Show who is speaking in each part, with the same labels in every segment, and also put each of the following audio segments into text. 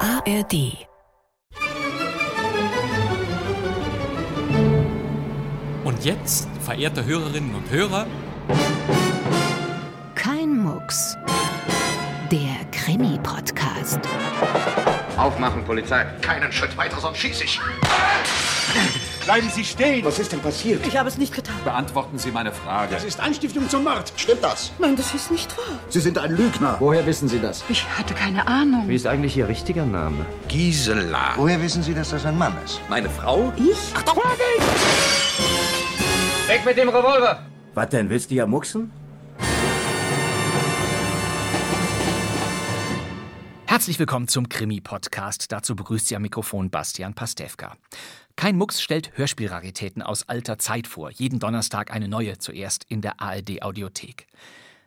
Speaker 1: ARD.
Speaker 2: Und jetzt, verehrte Hörerinnen und Hörer,
Speaker 1: Kein Mucks. Der Krimi-Podcast.
Speaker 3: Aufmachen, Polizei. Keinen Schritt weiter, sonst schieße ich.
Speaker 4: Bleiben Sie stehen!
Speaker 3: Was ist denn passiert?
Speaker 5: Ich habe es nicht getan.
Speaker 2: beantworten Sie meine Frage.
Speaker 4: Das ist Anstiftung zum Mord!
Speaker 3: Stimmt das?
Speaker 5: Nein, das ist nicht wahr.
Speaker 3: Sie sind ein Lügner.
Speaker 6: Woher wissen Sie das?
Speaker 5: Ich hatte keine Ahnung.
Speaker 7: Wie ist eigentlich Ihr richtiger Name?
Speaker 3: Gisela.
Speaker 8: Woher wissen Sie, dass das ein Mann ist?
Speaker 7: Meine Frau?
Speaker 9: Weg mit dem Revolver!
Speaker 7: Was denn, willst du ja mucksen?
Speaker 10: Herzlich willkommen zum Krimi-Podcast. Dazu begrüßt Sie am Mikrofon Bastian Pastewka. Kein Mucks stellt Hörspielraritäten aus alter Zeit vor. Jeden Donnerstag eine neue, zuerst in der ARD-Audiothek.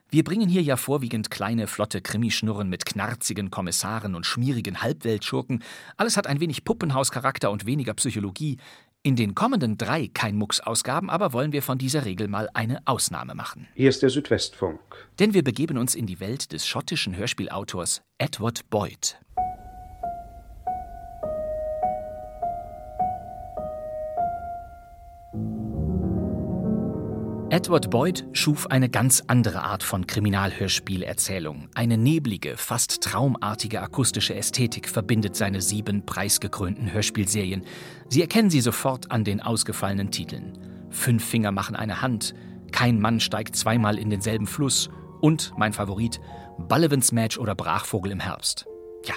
Speaker 10: Wir bringen hier ja vorwiegend kleine, flotte Krimischnurren mit knarzigen Kommissaren und schmierigen Halbweltschurken. Alles hat ein wenig Puppenhauscharakter und weniger Psychologie. In den kommenden drei Kein Mucks-Ausgaben aber wollen wir von dieser Regel mal eine Ausnahme machen.
Speaker 11: Hier ist der Südwestfunk.
Speaker 10: Denn wir begeben uns in die Welt des schottischen Hörspielautors Edward Boyd. Edward Boyd schuf eine ganz andere Art von Kriminalhörspielerzählung. Eine neblige, fast traumartige akustische Ästhetik verbindet seine sieben preisgekrönten Hörspielserien. Sie erkennen sie sofort an den ausgefallenen Titeln. Fünf Finger machen eine Hand, Kein Mann steigt zweimal in denselben Fluss und, mein Favorit, Bullivants Match oder Brachvogel im Herbst. Ja,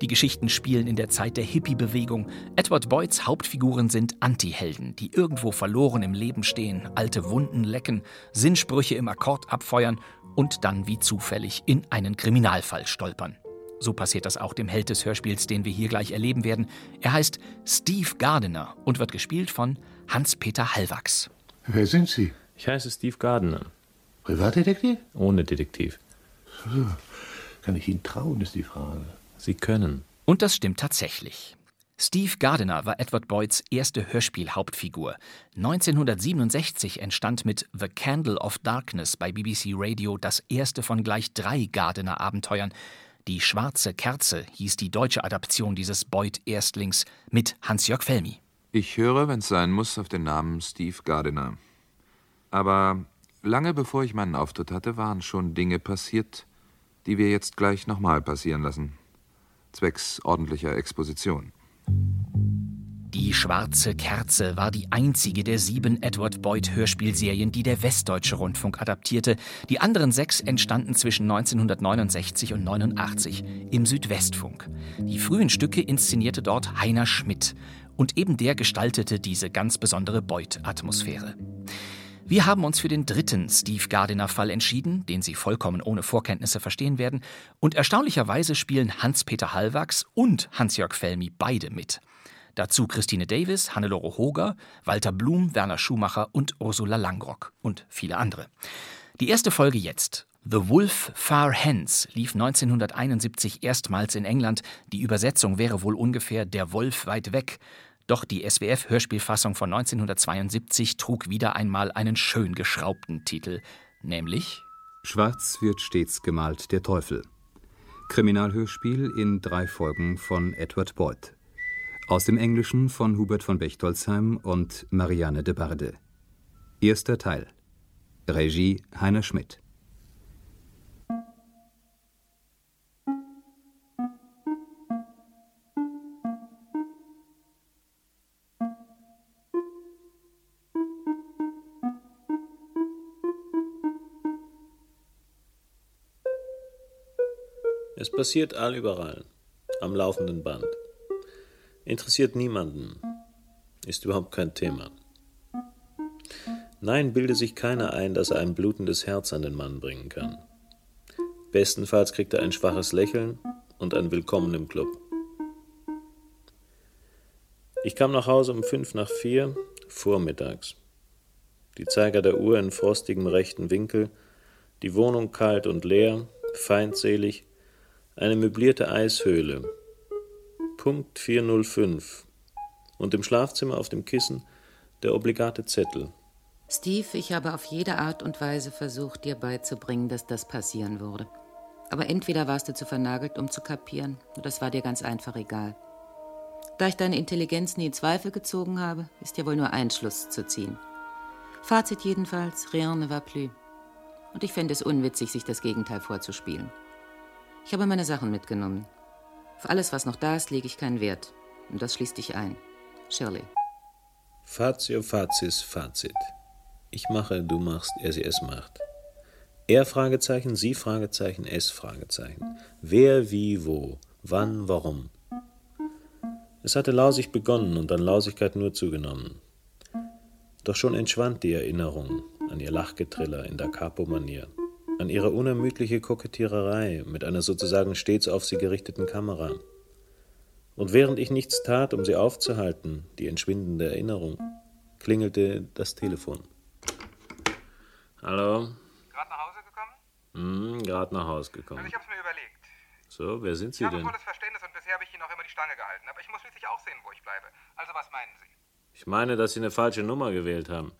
Speaker 10: die Geschichten spielen in der Zeit der Hippie-Bewegung. Edward Boyds Hauptfiguren sind Anti-Helden, die irgendwo verloren im Leben stehen, alte Wunden lecken, Sinnsprüche im Akkord abfeuern und dann wie zufällig in einen Kriminalfall stolpern. So passiert das auch dem Held des Hörspiels, den wir hier gleich erleben werden. Er heißt Steve Gardiner und wird gespielt von Hans-Peter Hallwachs.
Speaker 12: Wer sind Sie?
Speaker 13: Ich heiße Steve Gardner,
Speaker 12: Privatdetektiv?
Speaker 13: ohne Detektiv.
Speaker 12: Kann ich Ihnen trauen, ist die Frage.
Speaker 13: Sie können.
Speaker 10: Und das stimmt tatsächlich. Steve Gardiner war Edward Boyds erste Hörspielhauptfigur. 1967 entstand mit The Candle of Darkness bei BBC Radio das erste von gleich drei Gardiner-Abenteuern. Die Schwarze Kerze hieß die deutsche Adaption dieses Boyd-Erstlings mit Hans-Jörg Felmi.
Speaker 14: Ich höre, wenn es sein muss, auf den Namen Steve Gardiner. Aber lange bevor ich meinen Auftritt hatte, waren schon Dinge passiert, die wir jetzt gleich nochmal passieren lassen. Zwecks ordentlicher Exposition.
Speaker 10: Die Schwarze Kerze war die einzige der sieben Edward Boyd Hörspielserien, die der Westdeutsche Rundfunk adaptierte. Die anderen sechs entstanden zwischen 1969 und 89 im Südwestfunk. Die frühen Stücke inszenierte dort Heiner Schmidt. Und eben der gestaltete diese ganz besondere Boyd-Atmosphäre. Wir haben uns für den dritten Steve Gardiner-Fall entschieden, den Sie vollkommen ohne Vorkenntnisse verstehen werden. Und erstaunlicherweise spielen Hans-Peter Hallwachs und Hans-Jörg Felmi beide mit. Dazu Christine Davis, Hannelore Hoger, Walter Blum, Werner Schumacher und Ursula Langrock und viele andere. Die erste Folge jetzt. The Wolf Far Hence lief 1971 erstmals in England. Die Übersetzung wäre wohl ungefähr Der Wolf weit weg. Doch die SWF-Hörspielfassung von 1972 trug wieder einmal einen schön geschraubten Titel, nämlich
Speaker 14: Schwarz wird stets gemalt der Teufel. Kriminalhörspiel in drei Folgen von Edward Boyd. Aus dem Englischen von Hubert von Bechtolzheim und Marianne de Barde. Erster Teil. Regie Heiner Schmidt.
Speaker 13: Es passiert allüberall. Am laufenden Band. Interessiert niemanden. Ist überhaupt kein Thema. Nein, bilde sich keiner ein, dass er ein blutendes Herz an den Mann bringen kann. Bestenfalls kriegt er ein schwaches Lächeln und ein Willkommen im Club. Ich kam nach Hause um fünf nach vier, vormittags. Die Zeiger der Uhr in frostigem rechten Winkel, die Wohnung kalt und leer, feindselig, eine möblierte Eishöhle. Punkt 405. Und im Schlafzimmer auf dem Kissen der obligate Zettel.
Speaker 5: Steve, ich habe auf jede Art und Weise versucht, dir beizubringen, dass das passieren würde.
Speaker 6: Aber entweder warst du zu vernagelt, um zu kapieren, oder es war dir ganz einfach egal. Da ich deine Intelligenz nie in Zweifel gezogen habe, ist ja wohl nur ein Schluss zu ziehen. Fazit jedenfalls, rien ne va plus. Und ich fände es unwitzig, sich das Gegenteil vorzuspielen. Ich habe meine Sachen mitgenommen. Auf alles, was noch da ist, lege ich keinen Wert. Und das schließt dich ein. Shirley.
Speaker 13: Fatio facis facit. Ich mache, du machst, er sie es macht. Er Fragezeichen, sie Fragezeichen, es Fragezeichen. Wer, wie, wo, wann, warum. Es hatte lausig begonnen und an Lausigkeit nur zugenommen. Doch schon entschwand die Erinnerung an ihr Lachgetriller in da Capo-Manier, an ihre unermüdliche Kokettiererei mit einer sozusagen stets auf sie gerichteten Kamera. Und während ich nichts tat, um sie aufzuhalten, die entschwindende Erinnerung, klingelte das Telefon. Hallo?
Speaker 11: Gerade nach Hause gekommen? Also
Speaker 13: Hm, gerade nach Hause gekommen.
Speaker 11: Ich hab's mir überlegt.
Speaker 13: So, wer sind
Speaker 11: ich
Speaker 13: Sie
Speaker 11: habe
Speaker 13: denn?
Speaker 11: volles Verständnis und bisher habe ich Ihnen auch immer die Stange gehalten. Aber ich muss schließlich auch sehen, wo ich bleibe. Also was meinen Sie?
Speaker 13: Ich meine, dass Sie eine falsche Nummer gewählt haben.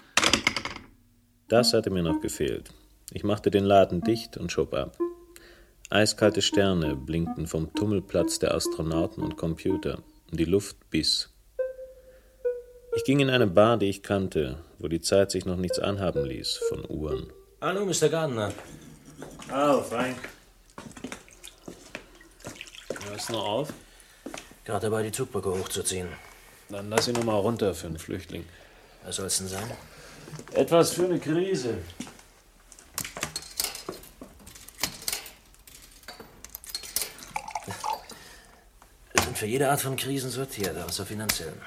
Speaker 13: Das hatte mir noch gefehlt. Ich machte den Laden dicht und schob ab. Eiskalte Sterne blinkten vom Tummelplatz der Astronauten und Computer. Die Luft biss. Ich ging in eine Bar, die ich kannte, wo die Zeit sich noch nichts anhaben ließ von Uhren.
Speaker 15: Hallo, Mr. Gardner.
Speaker 13: Hallo, Frank. ist noch auf?
Speaker 15: Gerade dabei, die Zugbrücke hochzuziehen.
Speaker 13: Dann lass ihn noch mal runter für einen Flüchtling.
Speaker 15: Was soll's denn sein?
Speaker 13: Etwas für eine Krise.
Speaker 15: Wir sind für jede Art von Krisen sortiert, außer finanziellen.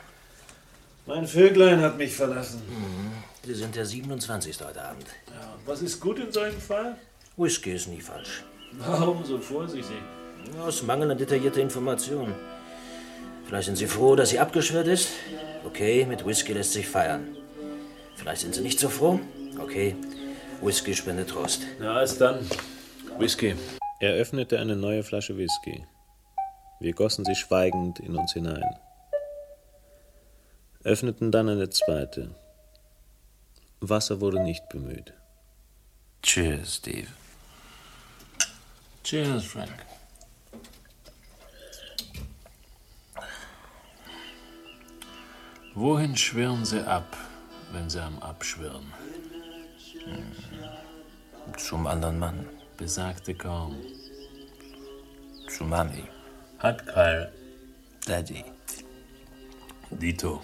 Speaker 13: Mein Vöglein hat mich verlassen.
Speaker 15: Mhm. Sie sind der 27. heute Abend.
Speaker 13: Ja, und was ist gut in so einem Fall?
Speaker 15: Whisky ist nie falsch.
Speaker 13: Warum so vorsichtig?
Speaker 15: Aus Mangel an detaillierter Information. Vielleicht sind Sie froh, dass sie abgeschwört ist. Okay, mit Whisky lässt sich feiern. Vielleicht sind Sie nicht so froh. Okay, Whisky spendet Trost.
Speaker 13: Na, ist dann. Whisky. Er öffnete eine neue Flasche Whisky. Wir gossen sie schweigend in uns hinein. Öffneten dann eine zweite. Wasser wurde nicht bemüht. Cheers, Steve.
Speaker 15: Cheers, Frank.
Speaker 13: Wohin schwirren sie ab, wenn sie am Abschwirren?
Speaker 15: Zum anderen Mann.
Speaker 13: Besagte kaum.
Speaker 15: Zu Mami.
Speaker 13: Hat Karl.
Speaker 15: Daddy.
Speaker 13: Dito.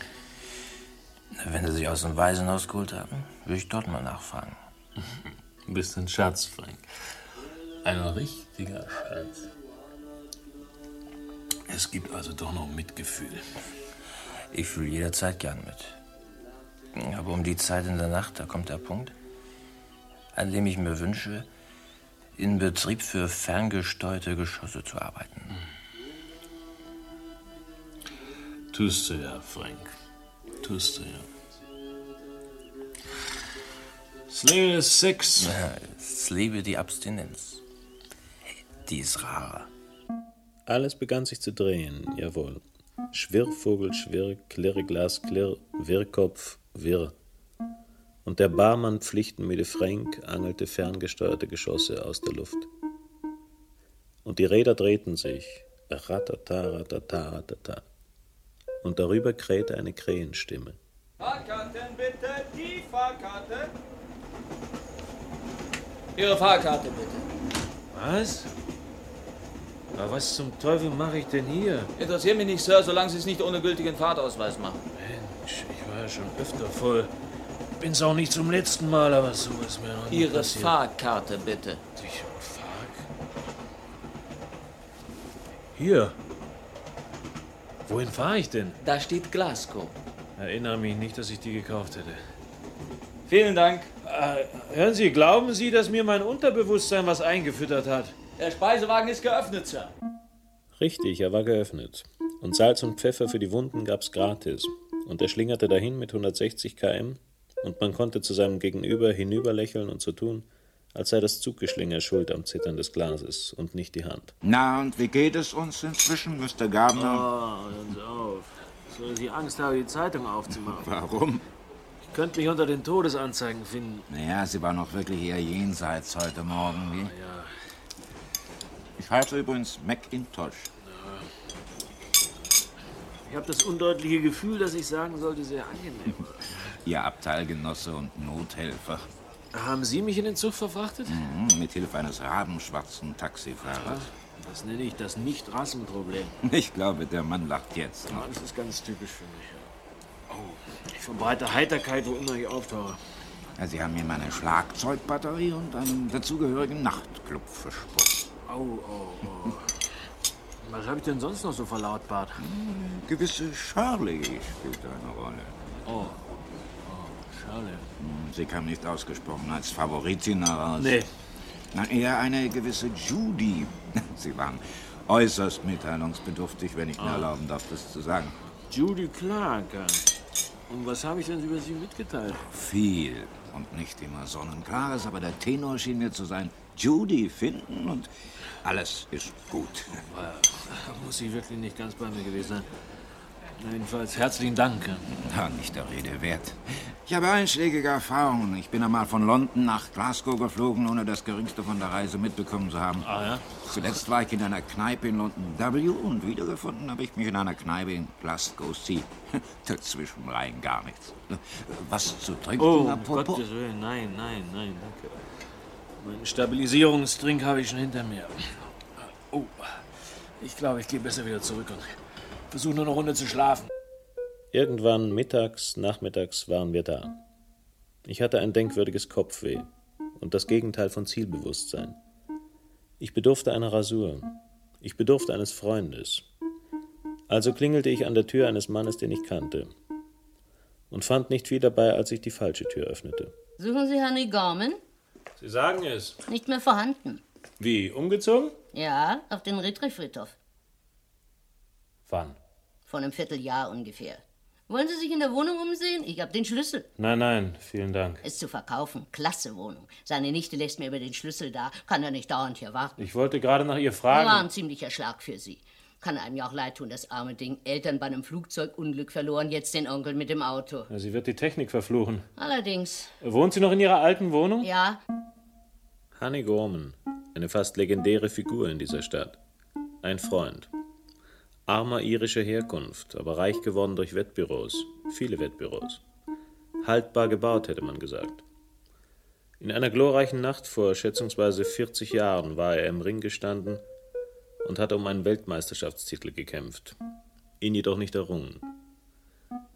Speaker 15: Wenn Sie sich aus dem Waisenhaus geholt haben, würde ich dort mal nachfragen.
Speaker 13: Bist ein Schatz, Frank. Ein richtiger Schatz. Es gibt also doch noch Mitgefühl.
Speaker 15: Ich fühle jederzeit gern mit. Aber um die Zeit in der Nacht, da kommt der Punkt, an dem ich mir wünsche, in Betrieb für ferngesteuerte Geschosse zu arbeiten.
Speaker 13: Tust du ja, Frank. Tust du ja. Slayer 6.
Speaker 15: Ich liebe die Abstinenz. Die ist rar.
Speaker 13: Alles begann sich zu drehen, jawohl. Schwirrvogel, Schwirr, Klirreglas, Klirr, Wirrkopf, Wirr. Und der Barmann pflichtenmüde Frank angelte ferngesteuerte Geschosse aus der Luft. Und die Räder drehten sich. Ratata, ratata, ratata. Und darüber krähte eine Krähenstimme.
Speaker 16: Fahrkarten bitte, die Fahrkarte.
Speaker 17: Ihre Fahrkarte bitte.
Speaker 13: Was? Na, was zum Teufel mache ich denn hier?
Speaker 17: Interessiert mich nicht, Sir, solange Sie es nicht ohne gültigen Fahrtausweis machen.
Speaker 13: Mensch, ich war ja schon öfter voll. Bin's auch nicht zum letzten Mal, aber so ist mir noch nie
Speaker 17: Ihre
Speaker 13: passiert.
Speaker 17: Fahrkarte bitte.
Speaker 13: Hier. Wohin fahre ich denn?
Speaker 17: Da steht Glasgow.
Speaker 13: Erinnere mich nicht, dass ich die gekauft hätte. Äh,
Speaker 17: Vielen Dank.
Speaker 13: hören Sie, glauben Sie, dass mir mein Unterbewusstsein was eingefüttert hat?
Speaker 17: Der Speisewagen ist geöffnet, Sir.
Speaker 13: Richtig, er war geöffnet. Und Salz und Pfeffer für die Wunden gab's gratis. Und er schlingerte dahin mit 160 km und man konnte zu seinem Gegenüber hinüberlächeln und so tun, als sei das Zuggeschlinger schuld am Zittern des Glases und nicht die Hand.
Speaker 18: Na, und wie geht es uns inzwischen, Mr. Gardner?
Speaker 13: Oh, hören Sie auf. Sollen Sie Angst haben, die Zeitung aufzumachen?
Speaker 18: Warum?
Speaker 13: Ich könnte mich unter den Todesanzeigen finden.
Speaker 18: Naja, sie war noch wirklich eher jenseits heute Morgen, wie? Ich heiße übrigens Macintosh.
Speaker 15: Ich habe das undeutliche Gefühl, dass ich sagen sollte, sehr angenehm.
Speaker 18: Ihr Abteilgenosse und Nothelfer.
Speaker 15: Haben Sie mich in den Zug verfrachtet?
Speaker 18: Mhm, mit Hilfe eines rabenschwarzen Taxifahrers.
Speaker 15: Das nenne ich das Nicht-Rassenproblem.
Speaker 18: Ich glaube, der Mann lacht jetzt.
Speaker 15: Ja, Das ist ganz typisch für mich. Oh, ich verbreite Heiterkeit, wo immer ich auftauche.
Speaker 18: Ja, Sie haben mir meine Schlagzeugbatterie und einen dazugehörigen Nachtclub versprochen.
Speaker 15: Au, au, au. Was habe ich denn sonst noch so verlautbart?
Speaker 18: Gewisse Shirley spielt eine Rolle. Hm,
Speaker 15: Oh, Schale.
Speaker 18: Sie kam nicht ausgesprochen als Favoritin heraus.
Speaker 15: Nee.
Speaker 18: Na, eher eine gewisse Judy. Sie waren äußerst mitteilungsbedürftig, wenn ich mir
Speaker 15: Ah.
Speaker 18: erlauben darf, das zu sagen.
Speaker 15: Judy Clark. ja. Und was habe ich denn über Sie mitgeteilt?
Speaker 18: Viel und nicht immer sonnenklares, aber der Tenor schien mir zu sein, Judy finden und alles ist gut.
Speaker 15: Da Äh, muss ich wirklich nicht ganz bei mir gewesen sein. Na, Jedenfalls herzlichen Dank. ja.
Speaker 18: Na, nicht der Rede wert. Ich habe einschlägige Erfahrungen. Ich bin einmal von London nach Glasgow geflogen, ohne das Geringste von der Reise mitbekommen zu haben.
Speaker 15: Ah, ja?
Speaker 18: Zuletzt war ich in einer Kneipe in London W und wiedergefunden habe ich mich in einer Kneipe in Glasgow C. Dazwischen rein gar nichts. Was zu trinken?
Speaker 15: Oh, um
Speaker 18: apropos?
Speaker 15: Gottes Willen, nein, nein, nein, danke. Meinen Stabilisierungsdrink habe ich schon hinter mir. Oh, ich glaube, ich gehe besser wieder zurück und versuche nur eine Runde zu schlafen.
Speaker 13: Irgendwann mittags, nachmittags waren wir da. Ich hatte ein denkwürdiges Kopfweh und das Gegenteil von Zielbewusstsein. Ich bedurfte einer Rasur. Ich bedurfte eines Freundes. Also klingelte ich an der Tür eines Mannes, den ich kannte. Und fand nicht viel dabei, als ich die falsche Tür öffnete.
Speaker 19: Suchen Sie Henry Gorman?
Speaker 13: Sie sagen es.
Speaker 19: Nicht mehr vorhanden.
Speaker 13: Wie, umgezogen?
Speaker 19: Ja, auf den Friedhof.
Speaker 13: Wann?
Speaker 19: Vor einem Vierteljahr ungefähr. Wollen Sie sich in der Wohnung umsehen? Ich habe den Schlüssel.
Speaker 13: Nein, nein, vielen Dank.
Speaker 19: Ist zu verkaufen. Klasse Wohnung. Seine Nichte lässt mir über den Schlüssel da. Kann er nicht dauernd hier warten.
Speaker 13: Ich wollte gerade nach ihr
Speaker 19: War ein ziemlicher Schlag für sie. Kann einem ja auch leid tun, das arme Ding. Eltern bei einem Flugzeugunglück verloren, jetzt den Onkel mit dem Auto.
Speaker 13: Sie wird die Technik verfluchen.
Speaker 19: Allerdings,
Speaker 13: Wohnt sie noch in ihrer alten Wohnung?
Speaker 19: ja,
Speaker 13: Hanne Gorman, eine fast legendäre Figur in dieser Stadt. Ein Freund. Armer irischer Herkunft, aber reich geworden durch Wettbüros, viele Wettbüros. Haltbar gebaut, hätte man gesagt. In einer glorreichen Nacht vor schätzungsweise 40 Jahren war er im Ring gestanden und hat um einen Weltmeisterschaftstitel gekämpft, ihn jedoch nicht errungen.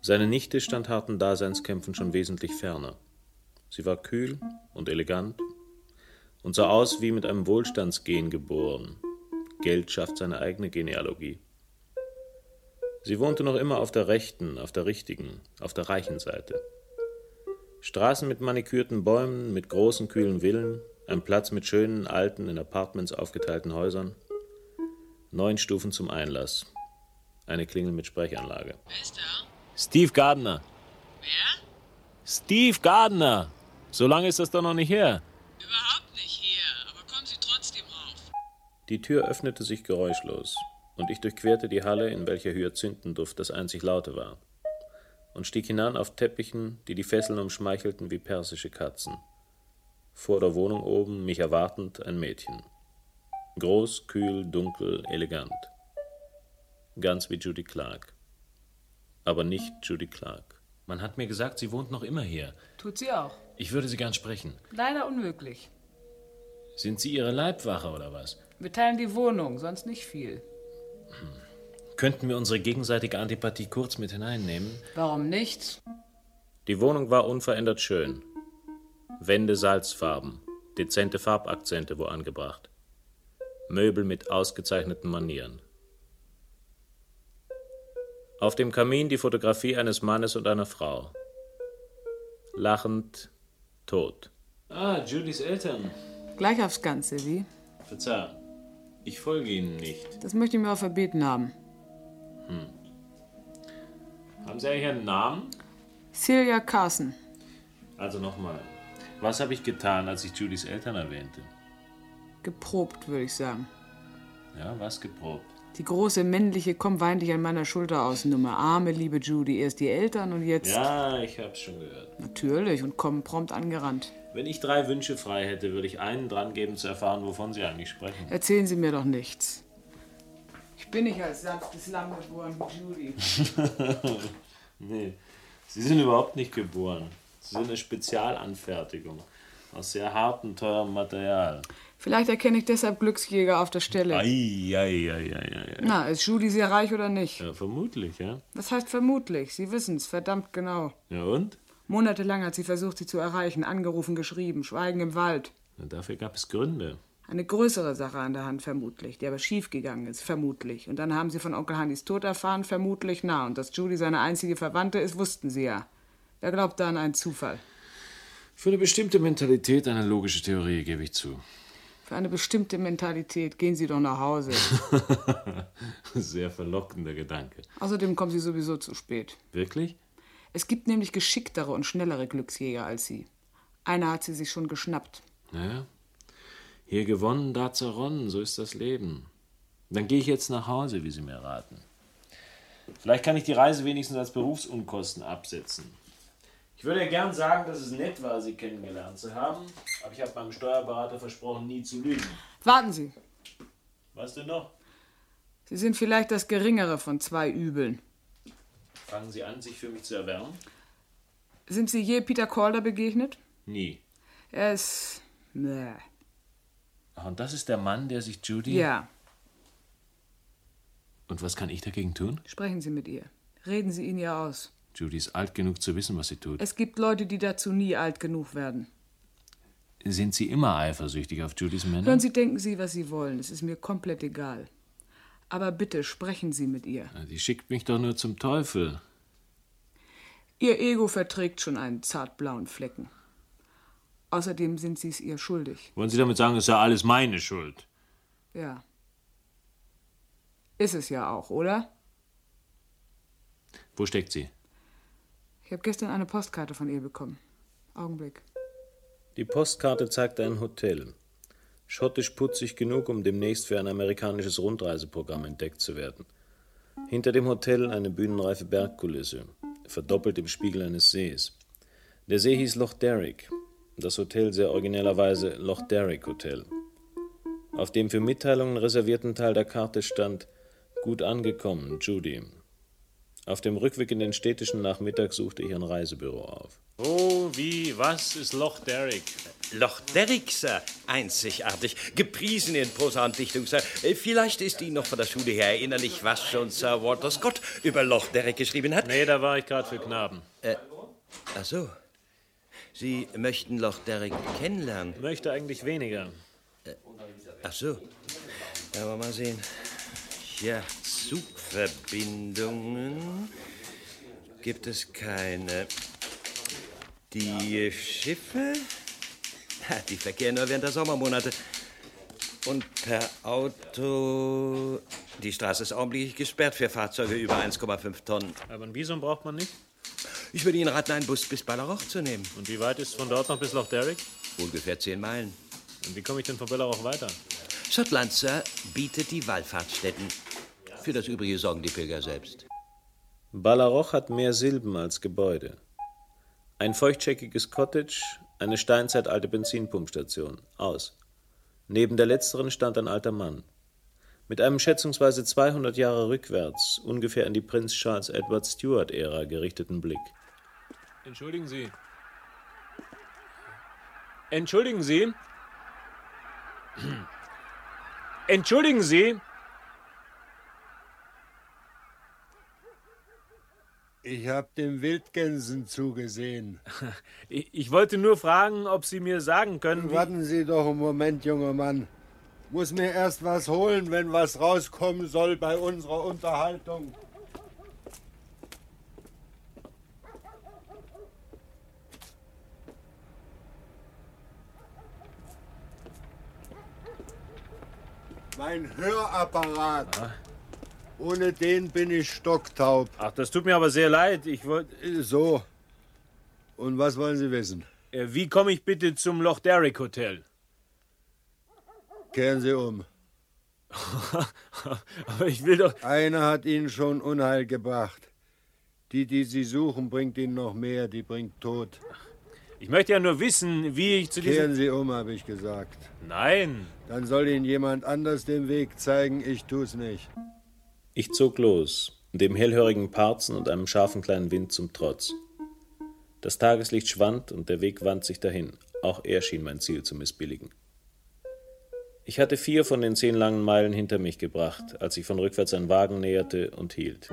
Speaker 13: Seine Nichte stand harten Daseinskämpfen schon wesentlich ferner. Sie war kühl und elegant, und sah aus wie mit einem Wohlstandsgen geboren. Geld schafft seine eigene Genealogie. Sie wohnte noch immer auf der rechten, auf der richtigen, auf der reichen Seite. Straßen mit manikürten Bäumen, mit großen kühlen Villen, ein Platz mit schönen alten, in Apartments aufgeteilten Häusern. Neun Stufen zum Einlass. Eine Klingel mit Sprechanlage. Steve Gardner. Wer? Steve Gardner. So lange ist das doch noch nicht her. Die Tür öffnete sich geräuschlos, und ich durchquerte die Halle, in welcher Hyazinthenduft das einzig Laute war, und stieg hinan auf Teppichen, die die Fesseln umschmeichelten wie persische Katzen. Vor der Wohnung oben, mich erwartend, ein Mädchen. Groß, kühl, dunkel, elegant. Ganz wie Judy Clark. Aber nicht Judy Clark. Man hat mir gesagt, sie wohnt noch immer hier.
Speaker 20: Tut sie auch.
Speaker 13: Ich würde sie gern sprechen.
Speaker 20: Leider unmöglich.
Speaker 13: Sind Sie Ihre Leibwache oder was?
Speaker 20: Wir teilen die Wohnung, sonst nicht viel.
Speaker 13: Könnten wir unsere gegenseitige Antipathie kurz mit hineinnehmen?
Speaker 20: Warum nicht?
Speaker 13: Die Wohnung war unverändert schön. Wände Salzfarben, dezente Farbakzente wo angebracht. Möbel mit ausgezeichneten Manieren. Auf dem Kamin die Fotografie eines Mannes und einer Frau. Lachend, tot. Ah, Judys Eltern.
Speaker 20: Gleich aufs Ganze, wie?
Speaker 13: Verzeih, ich folge Ihnen nicht.
Speaker 20: Das möchte ich mir auch verbeten haben.
Speaker 13: Hm. Haben Sie eigentlich einen Namen?
Speaker 20: Celia Carson.
Speaker 13: Also nochmal, was habe ich getan, als ich Judys Eltern erwähnte?
Speaker 20: Geprobt, würde ich sagen.
Speaker 13: Ja, was geprobt?
Speaker 20: Die große männliche Komm, wein dich an meiner Schulter aus Nummer. Arme, liebe Judy. Erst die Eltern und jetzt.
Speaker 13: Ja, ich hab's schon gehört.
Speaker 20: Natürlich, und kommen prompt angerannt.
Speaker 13: Wenn ich drei Wünsche frei hätte, würde ich einen dran geben, zu erfahren, wovon Sie eigentlich sprechen.
Speaker 20: Erzählen Sie mir doch nichts. Ich bin nicht als sanftes Lamm geboren, Judy.
Speaker 13: nee, Sie sind überhaupt nicht geboren. Sie sind eine Spezialanfertigung aus sehr hartem, teurem Material.
Speaker 20: Vielleicht erkenne ich deshalb Glücksjäger auf der Stelle.
Speaker 13: Eieieiei.
Speaker 20: Na, ist Judy sehr reich oder nicht?
Speaker 13: Ja, vermutlich, ja.
Speaker 20: Das heißt vermutlich. Sie wissen es verdammt genau.
Speaker 13: Ja und?
Speaker 20: Monatelang hat sie versucht, sie zu erreichen, angerufen, geschrieben, schweigen im Wald.
Speaker 13: Na, dafür gab es Gründe.
Speaker 20: Eine größere Sache an der Hand, vermutlich, die aber schiefgegangen ist, vermutlich. Und dann haben sie von Onkel Hannis Tod erfahren, vermutlich, na, und dass Judy seine einzige Verwandte ist, wussten sie ja. Wer glaubt da an einen Zufall?
Speaker 15: Für eine bestimmte Mentalität eine logische Theorie, gebe ich zu.
Speaker 20: Für eine bestimmte Mentalität gehen sie doch nach Hause.
Speaker 13: Sehr verlockender Gedanke.
Speaker 20: Außerdem kommen sie sowieso zu spät.
Speaker 13: Wirklich?
Speaker 20: Es gibt nämlich geschicktere und schnellere Glücksjäger als sie. Einer hat sie sich schon geschnappt.
Speaker 13: Naja. Hier gewonnen, da zerronnen, so ist das Leben. Dann gehe ich jetzt nach Hause, wie Sie mir raten. Vielleicht kann ich die Reise wenigstens als Berufsunkosten absetzen. Ich würde ja gern sagen, dass es nett war, Sie kennengelernt zu haben, aber ich habe meinem Steuerberater versprochen, nie zu lügen.
Speaker 20: Warten Sie,
Speaker 13: Was denn noch?
Speaker 20: Sie sind vielleicht das geringere von zwei Übeln.
Speaker 13: Fangen Sie an, sich für mich zu erwärmen?
Speaker 20: Sind Sie je Peter Calder begegnet?
Speaker 13: Nie.
Speaker 20: Er ist. Nee.
Speaker 13: Ach, Ah, und das ist der Mann, der sich Judy.
Speaker 20: Ja,
Speaker 13: Und was kann ich dagegen tun?
Speaker 20: sprechen Sie mit ihr. Reden Sie ihn ihr aus.
Speaker 13: Judy ist alt genug zu wissen, was sie tut.
Speaker 20: Es gibt Leute, die dazu nie alt genug werden.
Speaker 13: Sind Sie immer eifersüchtig auf Judys
Speaker 15: ne?
Speaker 13: Männer?
Speaker 20: Hören Sie, denken Sie, was Sie wollen. Es ist mir komplett egal. Aber bitte sprechen Sie mit ihr.
Speaker 13: Die schickt mich doch nur zum Teufel.
Speaker 20: Ihr Ego verträgt schon einen zartblauen Flecken. Außerdem sind Sie es ihr schuldig.
Speaker 13: Wollen Sie damit sagen, es sei alles meine Schuld?
Speaker 20: Ja. Ist es ja auch, oder?
Speaker 13: Wo steckt sie?
Speaker 20: Ich habe gestern eine Postkarte von ihr bekommen. Augenblick.
Speaker 13: Die Postkarte zeigt ein Hotel. Schottisch putzig genug, um demnächst für ein amerikanisches Rundreiseprogramm entdeckt zu werden. Hinter dem Hotel eine bühnenreife Bergkulisse, verdoppelt im Spiegel eines Sees. Der See hieß Loch Derrick, das Hotel sehr originellerweise Loch Derrick Hotel. Auf dem für Mitteilungen reservierten Teil der Karte stand Gut angekommen, Judy. Auf dem Rückweg in den städtischen Nachmittag suchte ich ein Reisebüro auf. Oh, wie, was ist Loch Derrick?
Speaker 21: Loch Derrick, Sir. Einzigartig. Gepriesen in Prosa und Dichtung, Sir. Äh, Vielleicht ist Ihnen noch von der Schule her erinnerlich, was schon Sir Walter Scott über Loch Derrick geschrieben hat.
Speaker 13: Nee, da war ich gerade für Knaben.
Speaker 21: Äh, ach so. Sie möchten Loch Derrick kennenlernen? Äh,
Speaker 13: Möchte eigentlich weniger.
Speaker 21: Ach so. Aber mal sehen. Ja, Zugverbindungen gibt es keine. Die Schiffe? Ha, Die verkehren nur während der Sommermonate. Und per Auto. Die Straße ist augenblicklich gesperrt für Fahrzeuge über 1,5 Tonnen.
Speaker 13: Aber ein Visum braucht man nicht?
Speaker 21: Ich würde Ihnen raten, einen Bus bis Balleroch zu nehmen.
Speaker 13: Und wie weit ist von dort noch bis Loch Derrick?
Speaker 21: Ungefähr 10 Meilen.
Speaker 13: Und wie komme ich denn von Bellerauch weiter?
Speaker 21: Schottland, Sir, bietet die Wallfahrtsstätten. Für das Übrige sorgen die Pilger selbst.
Speaker 13: Balaroch hat mehr Silben als Gebäude. Ein feuchtscheckiges Cottage, eine steinzeitalte Benzinpumpstation. Aus. Neben der letzteren stand ein alter Mann. Mit einem schätzungsweise 200 Jahre rückwärts, ungefähr in die Prinz Charles Edward Stuart-Ära gerichteten Blick. Entschuldigen Sie. Entschuldigen Sie. Entschuldigen Sie.
Speaker 22: Ich habe dem Wildgänsen zugesehen.
Speaker 13: Ich, wollte nur fragen, ob Sie mir sagen können.
Speaker 22: Warten Sie doch einen Moment, junger Mann. Muss mir erst was holen, wenn was rauskommen soll bei unserer Unterhaltung. Mein Hörapparat. Ah. Ohne den bin ich stocktaub.
Speaker 13: Ach, das tut mir aber sehr leid. Ich wollte.
Speaker 22: So. Und was wollen Sie wissen?
Speaker 13: Äh, Wie komme ich bitte zum Loch Derrick Hotel?
Speaker 22: Kehren Sie um.
Speaker 13: Aber ich will doch.
Speaker 22: Einer hat Ihnen schon Unheil gebracht. Die, die Sie suchen, bringt Ihnen noch mehr, die bringt Tod.
Speaker 13: Ich möchte ja nur wissen, wie ich zu
Speaker 22: Kehren
Speaker 13: diesem...
Speaker 22: Sie um, habe ich gesagt.
Speaker 13: Nein.
Speaker 22: Dann soll Ihnen jemand anders den Weg zeigen. Ich tu's nicht.
Speaker 13: Ich zog los, dem hellhörigen Parzen und einem scharfen kleinen Wind zum Trotz. Das Tageslicht schwand und der Weg wand sich dahin. Auch er schien mein Ziel zu missbilligen. Ich hatte vier von den zehn langen Meilen hinter mich gebracht, als ich von rückwärts einen Wagen näherte und hielt.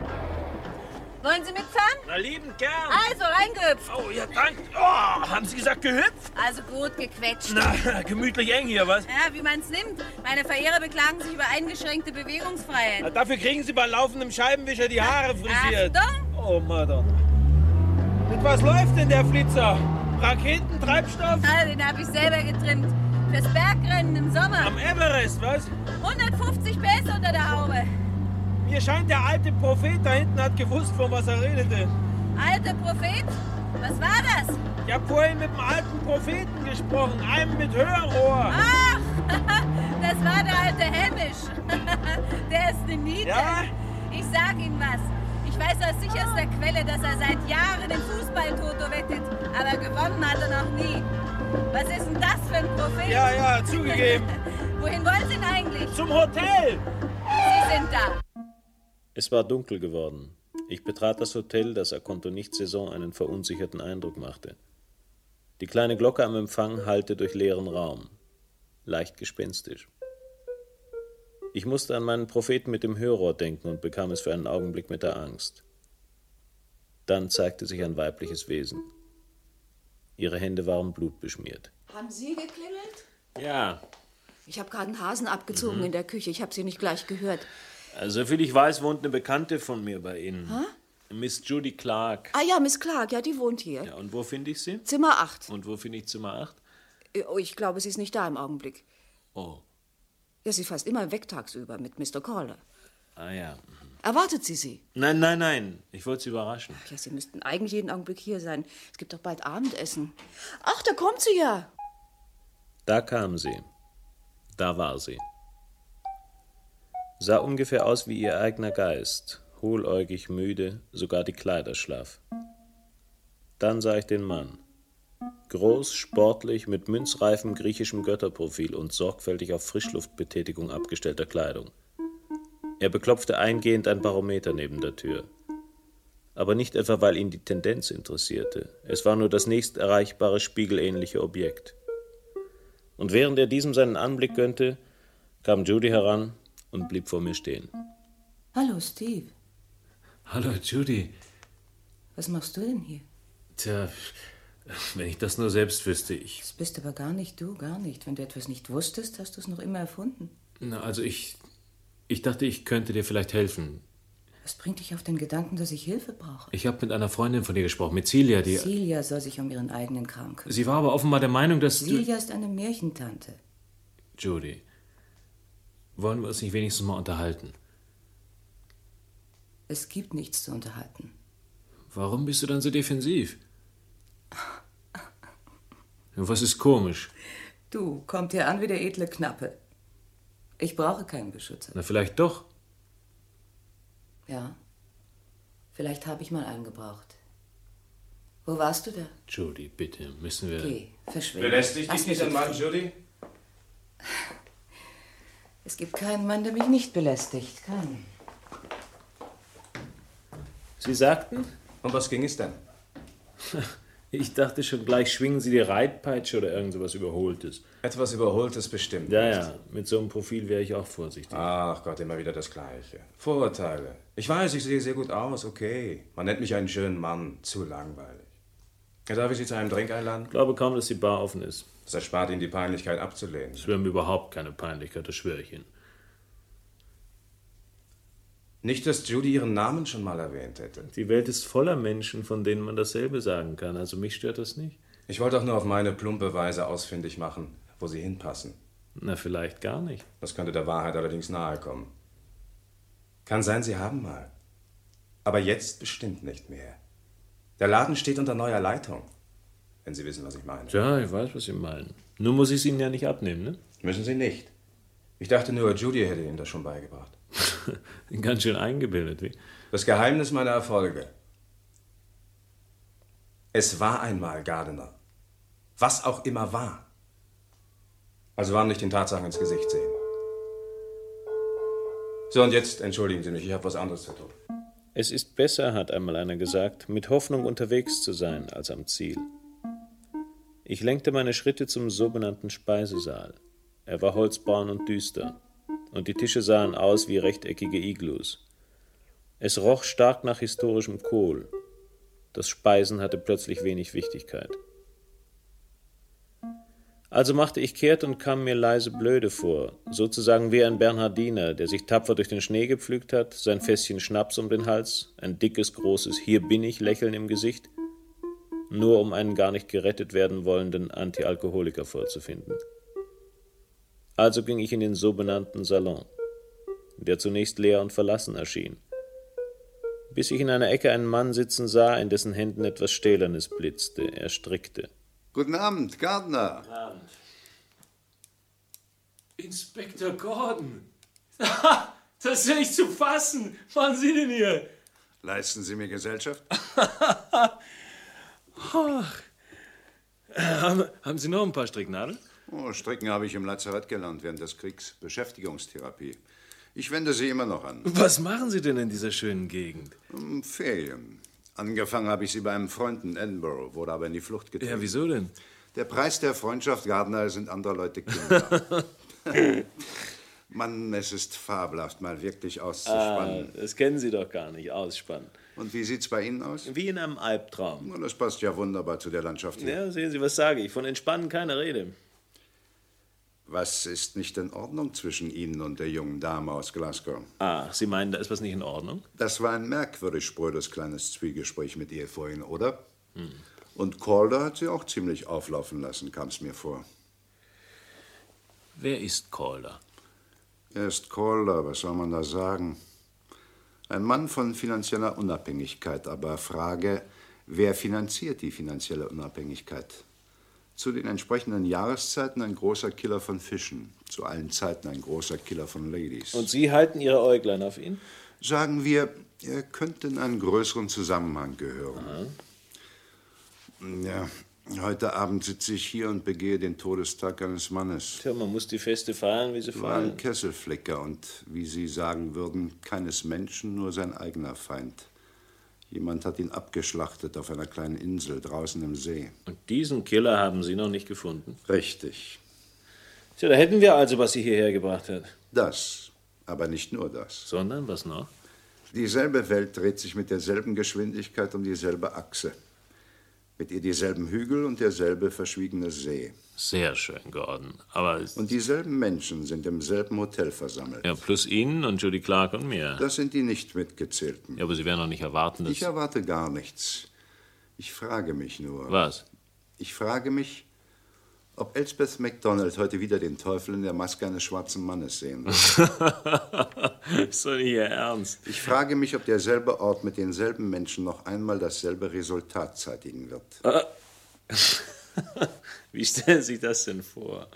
Speaker 1: Wollen Sie mitfahren?
Speaker 15: Na lieben gern.
Speaker 1: Also, reingehüpft.
Speaker 15: Oh, ja, danke. Oh, haben Sie gesagt gehüpft?
Speaker 1: Also gut gequetscht.
Speaker 15: Na, gemütlich eng hier, was?
Speaker 1: Ja, wie man es nimmt. Meine Verehrer beklagen sich über eingeschränkte Bewegungsfreiheit.
Speaker 15: Na, dafür kriegen Sie bei laufendem Scheibenwischer die Haare frisiert.
Speaker 1: Achtung.
Speaker 15: Oh, Madonna. Mit was läuft denn der Flitzer? Raketen, Treibstoff?
Speaker 1: Ah, den habe ich selber getrimmt. Fürs Bergrennen im Sommer.
Speaker 15: Am Everest, was?
Speaker 1: 150 PS unter der Haube.
Speaker 15: Mir scheint, der alte Prophet da hinten hat gewusst, von was er redete.
Speaker 1: Alter Prophet, was war das?
Speaker 15: Ich habe vorhin mit dem alten Propheten gesprochen, einem mit Hörrohr.
Speaker 1: Ach, das war der alte Hemisch. Der ist eine Niete.
Speaker 15: Ja?
Speaker 1: Ich sag Ihnen was. Ich weiß aus sicherster Quelle, dass er seit Jahren im Fußballtoto wettet, aber gewonnen hat er noch nie. Was ist denn das für ein Prophet?
Speaker 15: Ja, ja, zugegeben.
Speaker 1: Wohin wollen Sie denn eigentlich?
Speaker 15: Zum Hotel.
Speaker 1: Sie sind da.
Speaker 13: Es war dunkel geworden. Ich betrat das Hotel, das a conto nicht Saison einen verunsicherten Eindruck machte. Die kleine Glocke am Empfang hallte durch leeren Raum. Leicht gespenstisch. Ich musste an meinen Propheten mit dem Hörrohr denken und bekam es für einen Augenblick mit der Angst. Dann zeigte sich ein weibliches Wesen. Ihre Hände waren blutbeschmiert.
Speaker 5: Haben Sie geklingelt?
Speaker 13: Ja,
Speaker 5: Ich habe gerade einen Hasen
Speaker 13: Mhm.
Speaker 5: abgezogen in der Küche. Ich habe Sie nicht gleich gehört.
Speaker 13: also viel ich weiß, wohnt eine Bekannte von mir bei Ihnen.
Speaker 5: Hä?
Speaker 13: Miss Judy Clark.
Speaker 5: Ah ja, Miss Clark, ja, die wohnt hier.
Speaker 13: Ja, und wo finde ich sie?
Speaker 5: Zimmer 8.
Speaker 13: Und wo finde ich Zimmer 8?
Speaker 5: Oh, ich glaube, sie ist nicht da im Augenblick.
Speaker 13: Oh,
Speaker 5: Ja, sie ist fast immer weg tagsüber mit Mr. Caller.
Speaker 13: ah ja.
Speaker 5: Erwartet sie sie?
Speaker 13: Nein, nein, nein. Ich wollte Sie überraschen.
Speaker 5: Ja, sie müssten eigentlich jeden Augenblick hier sein. Es gibt doch bald Abendessen. Ach, da kommt sie ja.
Speaker 13: Da kam sie. Da war sie. Sah ungefähr aus wie ihr eigener Geist, hohläugig, müde, sogar die Kleider schlaff. Dann sah ich den Mann. Groß, sportlich, mit münzreifem griechischem Götterprofil und sorgfältig auf Frischluftbetätigung abgestellter Kleidung. Er beklopfte eingehend ein Barometer neben der Tür. Aber nicht etwa, weil ihn die Tendenz interessierte. Es war nur das nächst erreichbare spiegelähnliche Objekt. Und während er diesem seinen Anblick gönnte, kam Judy heran und blieb vor mir stehen.
Speaker 2: Hallo, Steve.
Speaker 9: Hallo, Judy.
Speaker 2: Was machst du denn hier?
Speaker 9: Tja, wenn ich das nur selbst wüsste, ich.
Speaker 2: Das bist aber gar nicht du, gar nicht. Wenn du etwas nicht wusstest, hast du es noch immer erfunden.
Speaker 9: Na, also ich. Ich dachte, ich könnte dir vielleicht helfen.
Speaker 2: Was bringt dich auf den Gedanken, dass ich Hilfe brauche?
Speaker 9: Ich habe mit einer Freundin von dir gesprochen, mit Celia, die.
Speaker 2: Celia soll sich um ihren eigenen Kram kümmern.
Speaker 9: Sie war aber offenbar der Meinung, dass du.
Speaker 2: Celia ist eine Märchentante.
Speaker 9: Judy. Wollen wir uns nicht wenigstens mal unterhalten?
Speaker 2: Es gibt nichts zu unterhalten.
Speaker 9: Warum bist du dann so defensiv? Was ist komisch?
Speaker 2: Du, kommt hier an wie der edle Knappe. Ich brauche keinen Beschützer.
Speaker 9: Na, vielleicht doch.
Speaker 2: Ja. Vielleicht habe ich mal einen gebraucht. Wo warst du da?
Speaker 9: Judy, bitte, müssen wir.
Speaker 2: Geh, verschwinde.
Speaker 9: Belästigt
Speaker 2: Lass
Speaker 9: dich
Speaker 2: mich
Speaker 9: dieser Mann,
Speaker 2: jetzt-
Speaker 9: Judy?
Speaker 2: Es gibt keinen Mann, der mich nicht belästigt. Keinen.
Speaker 13: Sie sagten?
Speaker 9: Um was ging es denn?
Speaker 13: Ich dachte schon gleich, schwingen Sie die Reitpeitsche oder irgend sowas Überholtes.
Speaker 9: Etwas Überholtes bestimmt.
Speaker 13: Ja, ja, mit so einem Profil wäre ich auch vorsichtig.
Speaker 23: Ach Gott, immer wieder das Gleiche. Vorurteile. Ich weiß, ich sehe sehr gut aus, okay. Man nennt mich einen schönen Mann. Zu langweilig. Darf ich Sie zu einem Drink einladen? Ich
Speaker 13: glaube kaum, dass die Bar offen ist.
Speaker 23: Das erspart Ihnen die Peinlichkeit abzulehnen.
Speaker 13: Es wäre mir überhaupt keine Peinlichkeit, das schwöre ich Ihnen.
Speaker 23: Nicht, dass Judy Ihren Namen schon mal erwähnt hätte.
Speaker 13: Die Welt ist voller Menschen, von denen man dasselbe sagen kann. Also mich stört das nicht.
Speaker 23: Ich wollte auch nur auf meine plumpe Weise ausfindig machen, wo Sie hinpassen.
Speaker 13: Na, vielleicht gar nicht.
Speaker 23: Das könnte der Wahrheit allerdings nahe kommen. Kann sein, Sie haben mal. Aber jetzt bestimmt nicht mehr. Der Laden steht unter neuer Leitung. Wenn Sie wissen, was ich meine.
Speaker 13: Ja, ich weiß, was Sie meinen. Nur muss ich es Ihnen ja nicht abnehmen, ne?
Speaker 23: Müssen Sie nicht. Ich dachte nur, Judy hätte Ihnen das schon beigebracht.
Speaker 13: Ganz schön eingebildet, wie?
Speaker 23: Das Geheimnis meiner Erfolge. Es war einmal Gardiner. Was auch immer war. Also warum nicht den Tatsachen ins Gesicht sehen? So, und jetzt entschuldigen Sie mich, ich habe was anderes zu tun.
Speaker 13: Es ist besser, hat einmal einer gesagt, mit Hoffnung unterwegs zu sein als am Ziel. Ich lenkte meine Schritte zum sogenannten Speisesaal. Er war holzbraun und düster, und die Tische sahen aus wie rechteckige Iglus. Es roch stark nach historischem Kohl. Das Speisen hatte plötzlich wenig Wichtigkeit. Also machte ich kehrt und kam mir leise blöde vor, sozusagen wie ein Bernhardiner, der sich tapfer durch den Schnee gepflügt hat, sein Fässchen Schnaps um den Hals, ein dickes, großes Hier bin ich Lächeln im Gesicht, nur um einen gar nicht gerettet werden wollenden Antialkoholiker vorzufinden. Also ging ich in den sogenannten Salon, der zunächst leer und verlassen erschien, bis ich in einer Ecke einen Mann sitzen sah, in dessen Händen etwas Stählernes blitzte, er strickte.
Speaker 3: Guten Abend, Gardner.
Speaker 15: Abend. Inspektor Gordon. Das ist ja nicht zu fassen. Was machen Sie denn hier?
Speaker 3: Leisten Sie mir Gesellschaft?
Speaker 15: Ach. Äh, Haben, haben Sie noch ein paar Stricknadeln?
Speaker 3: Oh, Stricken habe ich im Lazarett gelernt während des Kriegs. Beschäftigungstherapie. Ich wende sie immer noch an.
Speaker 15: Was machen Sie denn in dieser schönen Gegend?
Speaker 3: Hm, Ferien. Angefangen habe ich sie bei einem Freund in Edinburgh, wurde aber in die Flucht getrieben.
Speaker 15: Ja, wieso denn?
Speaker 3: Der Preis der Freundschaft, Gardner, sind anderer Leute Kinder. Mann, es ist fabelhaft, mal wirklich auszuspannen.
Speaker 15: Ah, das kennen Sie doch gar nicht, ausspannen.
Speaker 3: Und wie sieht's bei Ihnen aus?
Speaker 15: Wie in einem Albtraum.
Speaker 3: Na, das passt ja wunderbar zu der Landschaft hier.
Speaker 15: Ja, sehen Sie, was sage ich? Von Entspannen keine Rede.
Speaker 3: Was ist nicht in Ordnung zwischen Ihnen und der jungen Dame aus Glasgow?
Speaker 15: Ah, Sie meinen, da ist was nicht in Ordnung?
Speaker 3: Das war ein merkwürdig sprödes kleines Zwiegespräch mit ihr vorhin, oder?
Speaker 15: Hm.
Speaker 3: Und Calder hat sie auch ziemlich auflaufen lassen, kam es mir vor.
Speaker 15: Wer ist Calder?
Speaker 3: Er ist Calder, was soll man da sagen? Ein Mann von finanzieller Unabhängigkeit, aber Frage, wer finanziert die finanzielle Unabhängigkeit? Zu den entsprechenden Jahreszeiten ein großer Killer von Fischen, zu allen Zeiten ein großer Killer von Ladies.
Speaker 15: Und Sie halten Ihre Äuglein auf ihn?
Speaker 3: Sagen wir, er könnte in einen größeren Zusammenhang gehören. Ja, heute Abend sitze ich hier und begehe den Todestag eines Mannes.
Speaker 15: Tja, man muss die Feste feiern, wie sie
Speaker 3: War ein
Speaker 15: fallen.
Speaker 3: Kesselflicker und, wie Sie sagen würden, keines Menschen, nur sein eigener Feind. Jemand hat ihn abgeschlachtet auf einer kleinen Insel draußen im See.
Speaker 15: Und diesen Killer haben Sie noch nicht gefunden.
Speaker 3: Richtig.
Speaker 15: Tja, da hätten wir also, was Sie hierher gebracht hat.
Speaker 3: Das, aber nicht nur das.
Speaker 15: Sondern was noch?
Speaker 3: Dieselbe Welt dreht sich mit derselben Geschwindigkeit um dieselbe Achse. Mit ihr dieselben Hügel und derselbe verschwiegene See.
Speaker 15: Sehr schön, Gordon. Aber es-
Speaker 3: Und dieselben Menschen sind im selben Hotel versammelt.
Speaker 15: ja, plus Ihnen und Judy Clark und mir.
Speaker 3: Das sind die nicht mitgezählten.
Speaker 15: Ja, aber Sie werden doch nicht erwarten, dass...
Speaker 3: Ich erwarte gar nichts. Ich frage mich nur.
Speaker 15: Was?
Speaker 3: Ich frage mich, ob Elspeth MacDonald heute wieder den Teufel in der Maske eines schwarzen Mannes sehen wird.
Speaker 15: ist doch nicht Ihr Ernst.
Speaker 3: Ich frage mich, ob derselbe Ort mit denselben Menschen noch einmal dasselbe Resultat zeitigen wird.
Speaker 15: Ah. Wie stellen Sie sich das denn vor?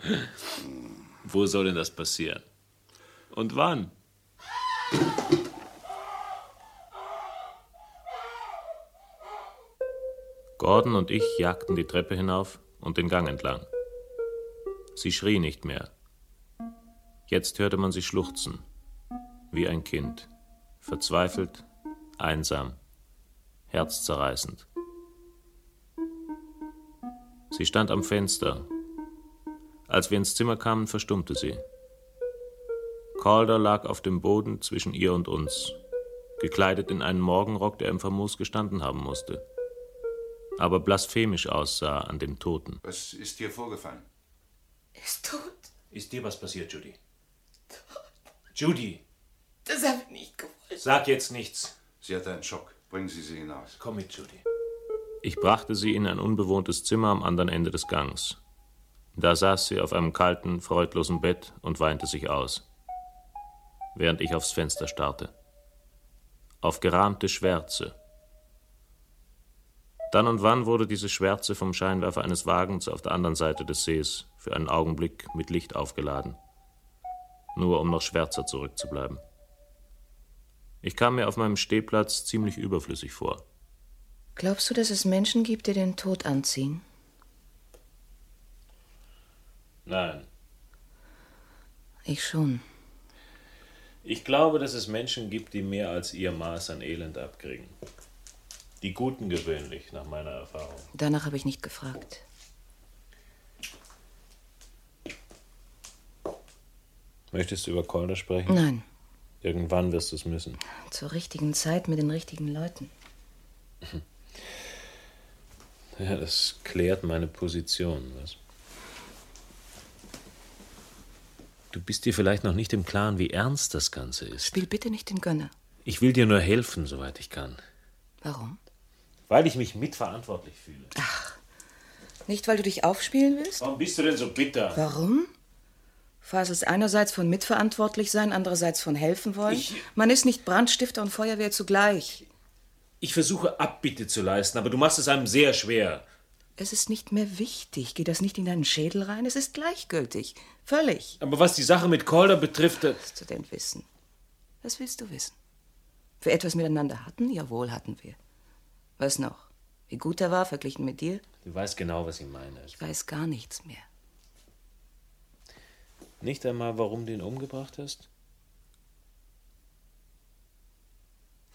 Speaker 15: Wo soll denn das passieren? Und wann? Gordon und ich jagten die Treppe hinauf und den Gang entlang. Sie schrie nicht mehr. Jetzt hörte man sie schluchzen, wie ein Kind, verzweifelt, einsam, herzzerreißend. Sie stand am Fenster. Als wir ins Zimmer kamen, verstummte sie. Calder lag auf dem Boden zwischen ihr und uns, gekleidet in einen Morgenrock, der im Vermoos gestanden haben musste, aber blasphemisch aussah an dem Toten.
Speaker 3: Was ist hier vorgefallen?
Speaker 4: Er ist tot.
Speaker 15: Ist dir was passiert, Judy? Judy,
Speaker 4: Das habe ich nicht gewollt.
Speaker 15: sag jetzt nichts.
Speaker 3: Sie hatte einen Schock. Bringen Sie sie hinaus.
Speaker 15: Komm mit, Judy. Ich brachte sie in ein unbewohntes Zimmer am anderen Ende des Gangs. Da saß sie auf einem kalten, freudlosen Bett und weinte sich aus, während ich aufs Fenster starrte. Auf gerahmte Schwärze. Dann und wann wurde diese Schwärze vom Scheinwerfer eines Wagens auf der anderen Seite des Sees für einen Augenblick mit Licht aufgeladen, nur um noch schwärzer zurückzubleiben. Ich kam mir auf meinem Stehplatz ziemlich überflüssig vor.
Speaker 5: Glaubst du, dass es Menschen gibt, die den Tod anziehen?
Speaker 13: Nein.
Speaker 2: Ich schon.
Speaker 13: Ich glaube, dass es Menschen gibt, die mehr als ihr Maß an Elend abkriegen. Die Guten gewöhnlich, nach meiner Erfahrung.
Speaker 2: Danach habe ich nicht gefragt.
Speaker 13: Möchtest du über Kolder sprechen?
Speaker 2: Nein,
Speaker 13: Irgendwann wirst du es müssen.
Speaker 2: zur richtigen Zeit mit den richtigen Leuten.
Speaker 13: Ja, das klärt meine Position, was? Du bist dir vielleicht noch nicht im Klaren, wie ernst das Ganze ist.
Speaker 2: Spiel bitte nicht den Gönner.
Speaker 13: Ich will dir nur helfen, soweit ich kann.
Speaker 2: Warum?
Speaker 13: Weil ich mich mitverantwortlich fühle.
Speaker 24: Nicht, weil du dich aufspielen willst?
Speaker 13: Warum bist du denn so bitter?
Speaker 24: Warum? Faselst einerseits von mitverantwortlich sein, andererseits von helfen wollen. Man ist nicht Brandstifter und Feuerwehr zugleich.
Speaker 13: Ich versuche Abbitte zu leisten, aber du machst es einem sehr schwer.
Speaker 24: Es ist nicht mehr wichtig. Geht das nicht in deinen Schädel rein? Es ist gleichgültig. Völlig.
Speaker 13: Aber was die Sache mit Calder betrifft. äh, Was
Speaker 2: du denn wissen? Was willst du wissen? Ob Wir etwas miteinander hatten? Jawohl, hatten wir. Was noch? Wie gut er war, verglichen mit dir?
Speaker 13: Du weißt genau, was ich meine.
Speaker 2: Ich weiß gar nichts mehr.
Speaker 13: Nicht einmal, warum du ihn umgebracht hast?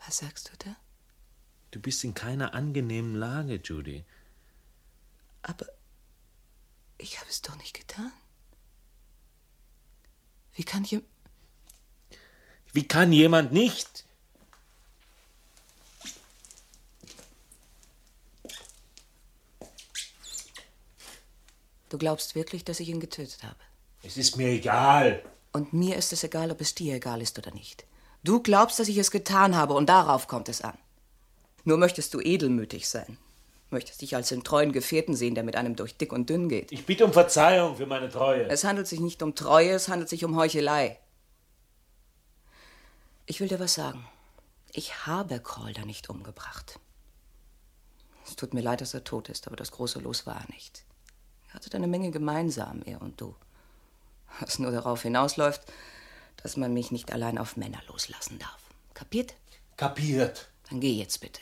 Speaker 2: Was sagst du da?
Speaker 13: Du bist in keiner angenehmen Lage, Judy.
Speaker 2: Aber ich habe es doch nicht getan. Wie kann ich...
Speaker 13: Wie kann jemand nicht?
Speaker 2: Du glaubst wirklich, dass ich ihn getötet habe?
Speaker 13: Es ist mir egal.
Speaker 2: Und mir ist es egal, ob es dir egal ist oder nicht. Du glaubst, dass ich es getan habe, und darauf kommt es an. Nur möchtest du edelmütig sein. Möchtest dich als den treuen Gefährten sehen, der mit einem durch dick und dünn geht.
Speaker 13: Ich bitte um Verzeihung für meine Treue.
Speaker 2: Es handelt sich nicht um Treue, es handelt sich um Heuchelei. Ich will dir was sagen. Ich habe Calder nicht umgebracht. Es tut mir leid, dass er tot ist, aber das große Los war er nicht. Ihr hattet eine Menge gemeinsam, er und du. Was nur darauf hinausläuft, dass man mich nicht allein auf Männer loslassen darf. Kapiert?
Speaker 13: Kapiert.
Speaker 2: Dann geh jetzt bitte.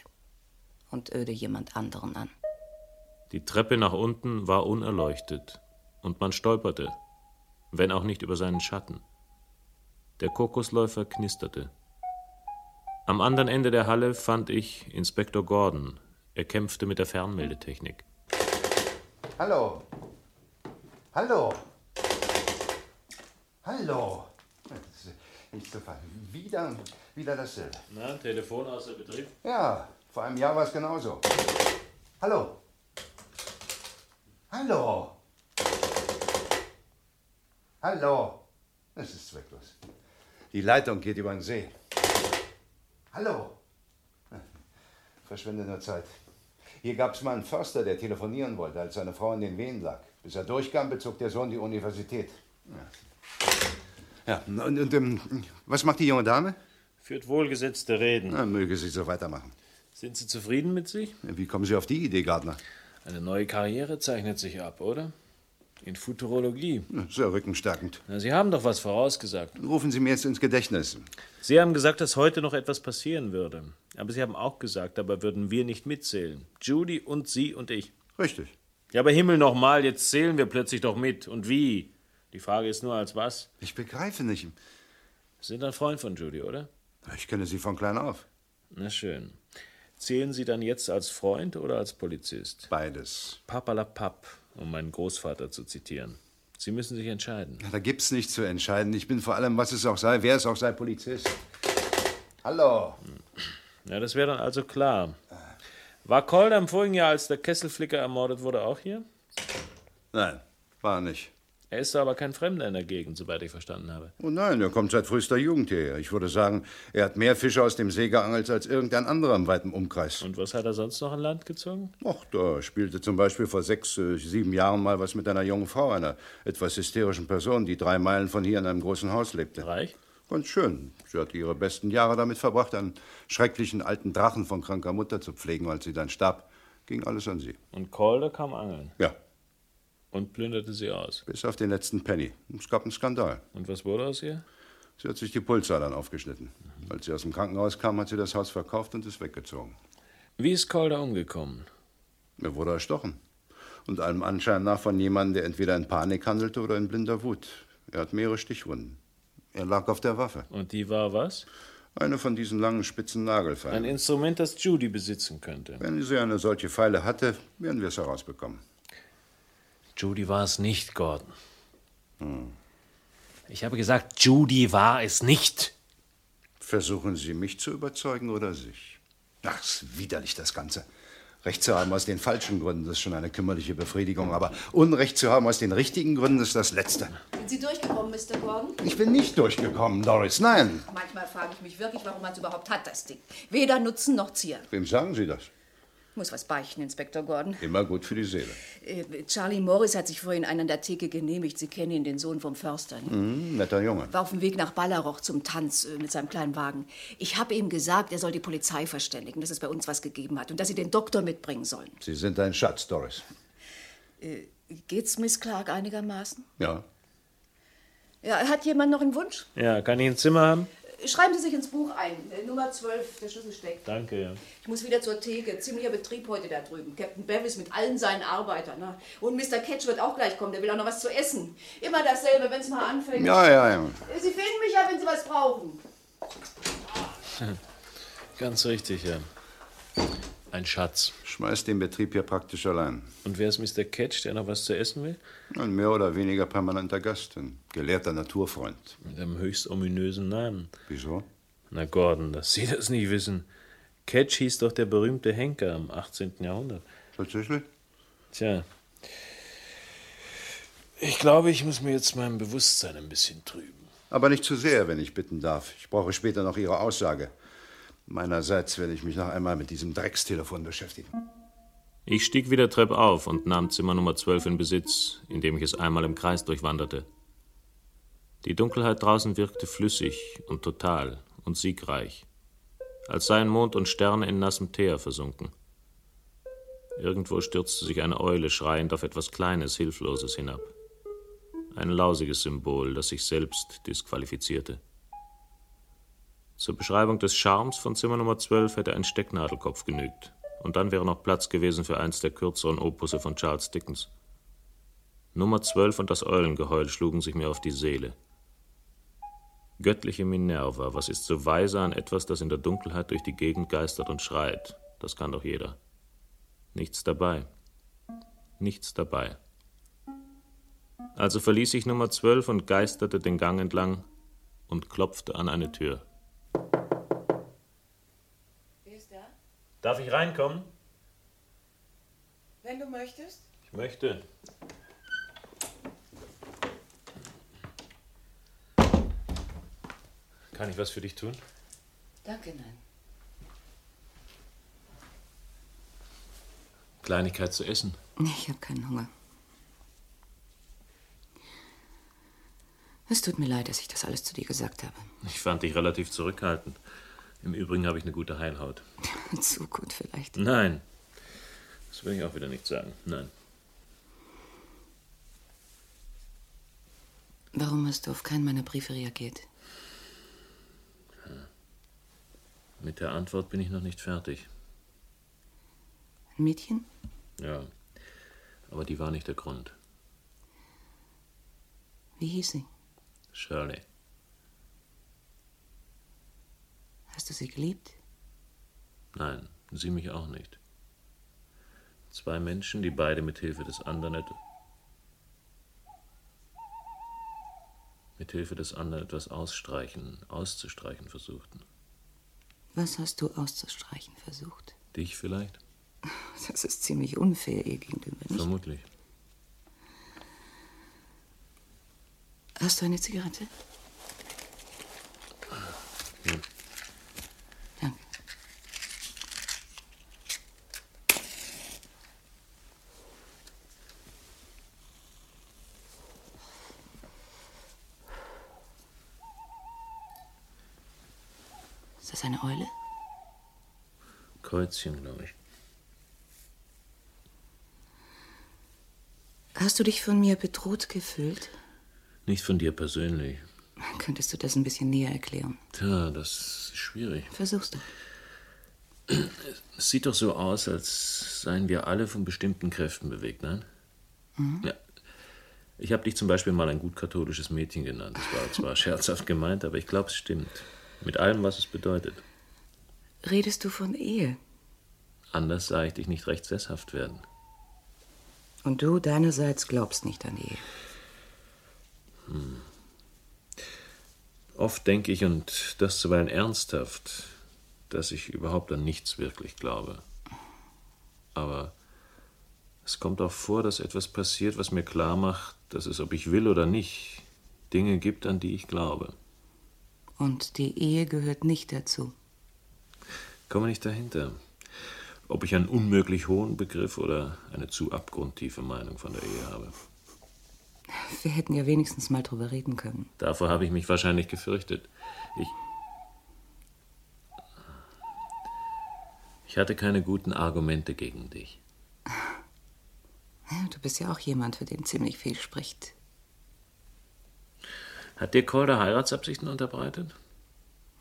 Speaker 2: Und öde jemand anderen an.
Speaker 25: Die Treppe nach unten war unerleuchtet und man stolperte, wenn auch nicht über seinen Schatten. Der Kokosläufer knisterte. Am anderen Ende der Halle fand ich Inspektor Gordon. Er kämpfte mit der Fernmeldetechnik.
Speaker 3: Hallo. Hallo. Hallo. Das ist Nicht zu fassen. Wieder, wieder dasselbe.
Speaker 13: Na, Telefon außer Betrieb?
Speaker 3: Ja, vor einem Jahr war es genauso. Hallo. Hallo. Hallo. Das ist zwecklos. Die Leitung geht über den See. Hallo. Verschwinde nur Zeit. Hier gab es mal einen Förster, der telefonieren wollte, als seine Frau in den Wehen lag. Bis er durchkam, bezog der Sohn die Universität. Ja, und, und ähm, was macht die junge Dame?
Speaker 13: Führt wohlgesetzte Reden.
Speaker 3: Na, möge sie so weitermachen.
Speaker 13: Sind Sie zufrieden mit sich?
Speaker 3: Wie kommen Sie auf die Idee, Gardner?
Speaker 13: Eine neue Karriere zeichnet sich ab, oder? In Futurologie.
Speaker 3: Na, Sehr rückenstärkend.
Speaker 13: Na, Sie haben doch was vorausgesagt.
Speaker 3: Rufen Sie mir jetzt ins Gedächtnis.
Speaker 13: Sie haben gesagt, dass heute noch etwas passieren würde. Aber Sie haben auch gesagt, dabei würden wir nicht mitzählen. Judy und Sie und ich.
Speaker 3: Richtig.
Speaker 13: Ja, aber Himmel nochmal, jetzt zählen wir plötzlich doch mit. Und wie? Die Frage ist nur, als was?
Speaker 3: Ich begreife nicht.
Speaker 13: Sie sind ein Freund von Judy, oder?
Speaker 3: Ich kenne Sie von klein auf.
Speaker 13: Na schön. Zählen Sie dann jetzt als Freund oder als Polizist?
Speaker 3: Beides.
Speaker 13: Papalapap, um meinen Großvater zu zitieren. Sie müssen sich entscheiden.
Speaker 3: Da gibt's nichts zu entscheiden. Ich bin vor allem, was es auch sei, wer es auch sei, Polizist. Hallo.
Speaker 13: Ja, das wäre dann also klar. War Kolder im vorigen Jahr, als der Kesselflicker ermordet wurde, auch hier?
Speaker 3: Nein, war nicht.
Speaker 13: Er ist aber kein Fremder in der Gegend, soweit ich verstanden habe.
Speaker 3: Oh nein, er kommt seit frühester Jugend hierher. Ich würde sagen, er hat mehr Fische aus dem See geangelt als irgendein anderer im weiten Umkreis.
Speaker 13: Und was hat er sonst noch an Land gezogen?
Speaker 3: Ach, da spielte zum Beispiel vor sechs, äh, sieben Jahren mal was mit einer jungen Frau, einer etwas hysterischen Person, die drei Meilen von hier in einem großen Haus lebte.
Speaker 13: Reich?
Speaker 3: Ganz schön. Sie hat ihre besten Jahre damit verbracht, einen schrecklichen alten Drachen von kranker Mutter zu pflegen, als sie dann starb. Ging alles an sie.
Speaker 13: Und Calder kam angeln.
Speaker 3: Ja.
Speaker 13: Und plünderte sie aus.
Speaker 3: Bis auf den letzten Penny. Es gab einen Skandal.
Speaker 13: Und was wurde aus ihr?
Speaker 3: Sie hat sich die Pulsadern aufgeschnitten. Als sie aus dem Krankenhaus kam, hat sie das Haus verkauft und ist weggezogen.
Speaker 13: Wie ist Calder umgekommen?
Speaker 3: Er wurde erstochen. und allem Anschein nach von jemandem, der entweder in Panik handelte oder in blinder Wut. Er hat mehrere Stichwunden. Er lag auf der Waffe.
Speaker 15: Und die war was?
Speaker 3: Eine von diesen langen, spitzen Nagelfeilen.
Speaker 15: Ein Instrument, das Judy besitzen könnte.
Speaker 3: Wenn sie eine solche Pfeile hatte, werden wir es herausbekommen.
Speaker 15: Judy war es nicht, Gordon.
Speaker 3: Hm.
Speaker 15: Ich habe gesagt, Judy war es nicht.
Speaker 3: Versuchen Sie, mich zu überzeugen oder sich? Ach, ist widerlich, das Ganze. Recht zu haben aus den falschen Gründen ist schon eine kümmerliche Befriedigung, aber Unrecht zu haben aus den richtigen Gründen ist das Letzte.
Speaker 12: Sind Sie durchgekommen, Mr. Gordon?
Speaker 3: Ich bin nicht durchgekommen, Doris, nein.
Speaker 12: Manchmal frage ich mich wirklich, warum man es überhaupt hat, das Ding. Weder Nutzen noch Zier.
Speaker 3: Wem sagen Sie das?
Speaker 12: Muss was beichten, Inspektor Gordon.
Speaker 3: Immer gut für die Seele.
Speaker 12: Äh, Charlie Morris hat sich vorhin einen an der Theke genehmigt. Sie kennen ihn, den Sohn vom Förster. ne?
Speaker 3: Hm, netter Junge.
Speaker 12: War auf dem Weg nach Ballaroch zum Tanz äh, mit seinem kleinen Wagen. Ich habe ihm gesagt, er soll die Polizei verständigen, dass es bei uns was gegeben hat und dass sie den Doktor mitbringen sollen.
Speaker 3: Sie sind ein Schatz, Doris.
Speaker 12: Äh, geht's Miss Clark einigermaßen?
Speaker 3: Ja.
Speaker 12: Ja, hat jemand noch einen Wunsch? Äh,
Speaker 15: Ja, kann ich ein Zimmer haben?
Speaker 12: Schreiben Sie sich ins Buch ein. äh, Nummer 12, der Schlüssel steckt.
Speaker 15: Danke, ja.
Speaker 12: Ich muss wieder zur Theke. Ziemlicher Betrieb heute da drüben. Captain Bevis mit allen seinen Arbeitern. Ne? Und Mr. Ketch wird auch gleich kommen. Der will auch noch was zu essen. Immer dasselbe, wenn es mal anfängt.
Speaker 3: Ja, ja, ja.
Speaker 12: Äh, Sie finden mich ja, wenn Sie was brauchen.
Speaker 15: Ganz richtig, ja. Ein Schatz.
Speaker 3: Schmeißt den Betrieb hier praktisch allein.
Speaker 15: Und wer ist Mr. Ketch, der noch was zu essen will?
Speaker 3: Ein mehr oder weniger permanenter Gast, ein gelehrter Naturfreund.
Speaker 15: Mit einem höchst ominösen Namen.
Speaker 3: Wieso?
Speaker 15: Na, Gordon, dass Sie das nicht wissen. Ketch hieß doch der berühmte Henker im 18. Jahrhundert.
Speaker 3: Tatsächlich?
Speaker 15: Tja. Ich glaube, ich muss mir jetzt mein Bewusstsein ein bisschen trüben.
Speaker 3: Aber nicht zu sehr, wenn ich bitten darf. Ich brauche später noch Ihre Aussage. Meinerseits werde ich mich noch einmal mit diesem Dreckstelefon beschäftigen.
Speaker 13: Ich stieg wieder Trepp auf und nahm Zimmer Nummer 12 in Besitz, indem ich es einmal im Kreis durchwanderte. Die Dunkelheit draußen wirkte flüssig und total und siegreich, als seien Mond und Sterne in nassem Teer versunken. Irgendwo stürzte sich eine Eule schreiend auf etwas Kleines, Hilfloses hinab. Ein lausiges Symbol, das sich selbst disqualifizierte. Zur Beschreibung des Charmes von Zimmer Nummer 12 hätte ein Stecknadelkopf genügt, und dann wäre noch Platz gewesen für eins der kürzeren Opusse von Charles Dickens. Nummer 12 und das Eulengeheul schlugen sich mir auf die Seele. Göttliche Minerva, was ist so weise an etwas, das in der Dunkelheit durch die Gegend geistert und schreit? Das kann doch jeder. Nichts dabei. Nichts dabei. Also verließ ich Nummer 12 und geisterte den Gang entlang und klopfte an eine Tür.
Speaker 26: Wer ist da?
Speaker 15: Darf ich reinkommen?
Speaker 26: Wenn du möchtest.
Speaker 15: Ich möchte. Kann ich was für dich tun?
Speaker 2: Danke, nein.
Speaker 15: Kleinigkeit zu essen.
Speaker 2: Ich habe keinen Hunger. Es tut mir leid, dass ich das alles zu dir gesagt habe.
Speaker 15: Ich fand dich relativ zurückhaltend. Im Übrigen habe ich eine gute Heilhaut.
Speaker 2: zu gut vielleicht.
Speaker 15: Nein. Das will ich auch wieder nicht sagen. Nein.
Speaker 2: Warum hast du auf keinen meiner Briefe reagiert?
Speaker 15: Mit der Antwort bin ich noch nicht fertig.
Speaker 2: Ein Mädchen?
Speaker 15: Ja. Aber die war nicht der Grund.
Speaker 2: Wie hieß sie?
Speaker 15: Shirley.
Speaker 2: Hast du sie geliebt?
Speaker 15: Nein, sie mich auch nicht. Zwei Menschen, die beide mit Hilfe des anderen et mit Hilfe des anderen etwas ausstreichen, auszustreichen versuchten.
Speaker 2: Was hast du auszustreichen versucht?
Speaker 15: Dich vielleicht?
Speaker 2: Das ist ziemlich unfair ihr gegenüber, nicht?
Speaker 15: Vermutlich.
Speaker 2: Hast du eine Zigarette?
Speaker 15: Ja.
Speaker 2: Danke. Ist das eine Eule?
Speaker 15: Kreuzchen, glaube ich.
Speaker 2: Hast du dich von mir bedroht gefühlt?
Speaker 15: Nicht von dir persönlich.
Speaker 2: Könntest du das ein bisschen näher erklären?
Speaker 15: Tja, das ist schwierig.
Speaker 2: Versuch's doch.
Speaker 15: Es sieht doch so aus, als seien wir alle von bestimmten Kräften bewegt, nein?
Speaker 13: Ja. Ich habe dich zum Beispiel mal ein gut katholisches Mädchen genannt. Das war zwar scherzhaft gemeint, aber ich glaube, es stimmt. Mit allem, was es bedeutet.
Speaker 27: Redest du von Ehe?
Speaker 13: Anders sah ich dich nicht recht sesshaft werden.
Speaker 2: Und du deinerseits glaubst nicht an Ehe.
Speaker 13: Hm. Oft denke ich, und das zuweilen ernsthaft, dass ich überhaupt an nichts wirklich glaube. Aber es kommt auch vor, dass etwas passiert, was mir klar macht, dass es, ob ich will oder nicht, Dinge gibt, an die ich glaube.
Speaker 2: Und die Ehe gehört nicht dazu.
Speaker 13: Komme nicht dahinter. Ob ich einen unmöglich hohen Begriff oder eine zu abgrundtiefe Meinung von der Ehe habe.
Speaker 2: Wir hätten ja wenigstens mal drüber reden können.
Speaker 13: Davor habe ich mich wahrscheinlich gefürchtet. Ich. Ich hatte keine guten Argumente gegen dich.
Speaker 2: Ja, du bist ja auch jemand, für den ziemlich viel spricht.
Speaker 13: Hat dir Calder Heiratsabsichten unterbreitet?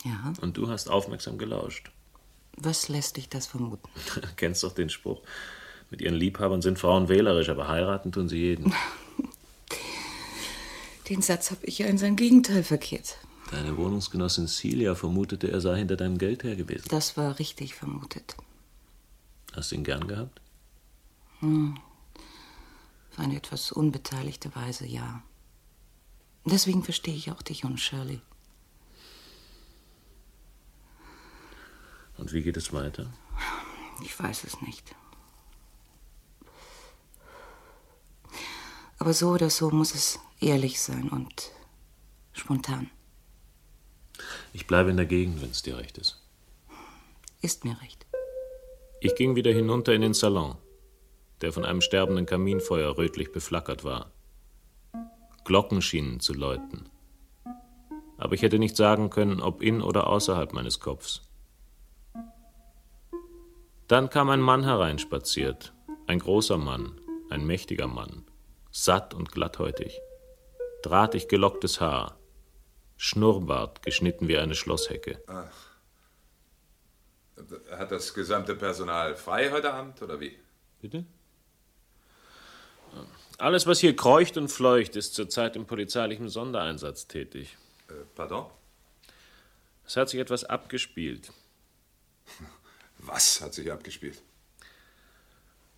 Speaker 2: Ja.
Speaker 13: Und du hast aufmerksam gelauscht.
Speaker 2: Was lässt dich das vermuten?
Speaker 13: Kennst doch den Spruch. Mit ihren Liebhabern sind Frauen wählerisch, aber heiraten tun sie jeden.
Speaker 2: Den Satz habe ich ja in sein Gegenteil verkehrt.
Speaker 13: Deine Wohnungsgenossin Celia vermutete, er sei hinter deinem Geld her gewesen.
Speaker 2: Das war richtig vermutet.
Speaker 13: Hast du ihn gern gehabt?
Speaker 2: Hm. Auf eine etwas unbeteiligte Weise, ja. Deswegen verstehe ich auch dich und Shirley.
Speaker 13: Und wie geht es weiter?
Speaker 2: Ich weiß es nicht. Aber so oder so muss es ehrlich sein und spontan.
Speaker 13: Ich bleibe in der Gegend, wenn es dir recht ist.
Speaker 2: Ist mir recht.
Speaker 15: Ich ging wieder hinunter in den Salon, der von einem sterbenden Kaminfeuer rötlich beflackert war. Glocken schienen zu läuten. Aber ich hätte nicht sagen können, ob in oder außerhalb meines Kopfs. Dann kam ein Mann hereinspaziert, ein großer Mann, ein mächtiger Mann, satt und glatthäutig, drahtig gelocktes Haar, Schnurrbart geschnitten wie eine Schlosshecke.
Speaker 11: Ach. Hat das gesamte Personal frei heute Abend oder wie?
Speaker 15: Bitte? Alles, was hier kreucht und fleucht, ist zurzeit im polizeilichen Sondereinsatz tätig.
Speaker 11: Äh, pardon?
Speaker 15: Es hat sich etwas abgespielt.
Speaker 11: Was hat sich abgespielt?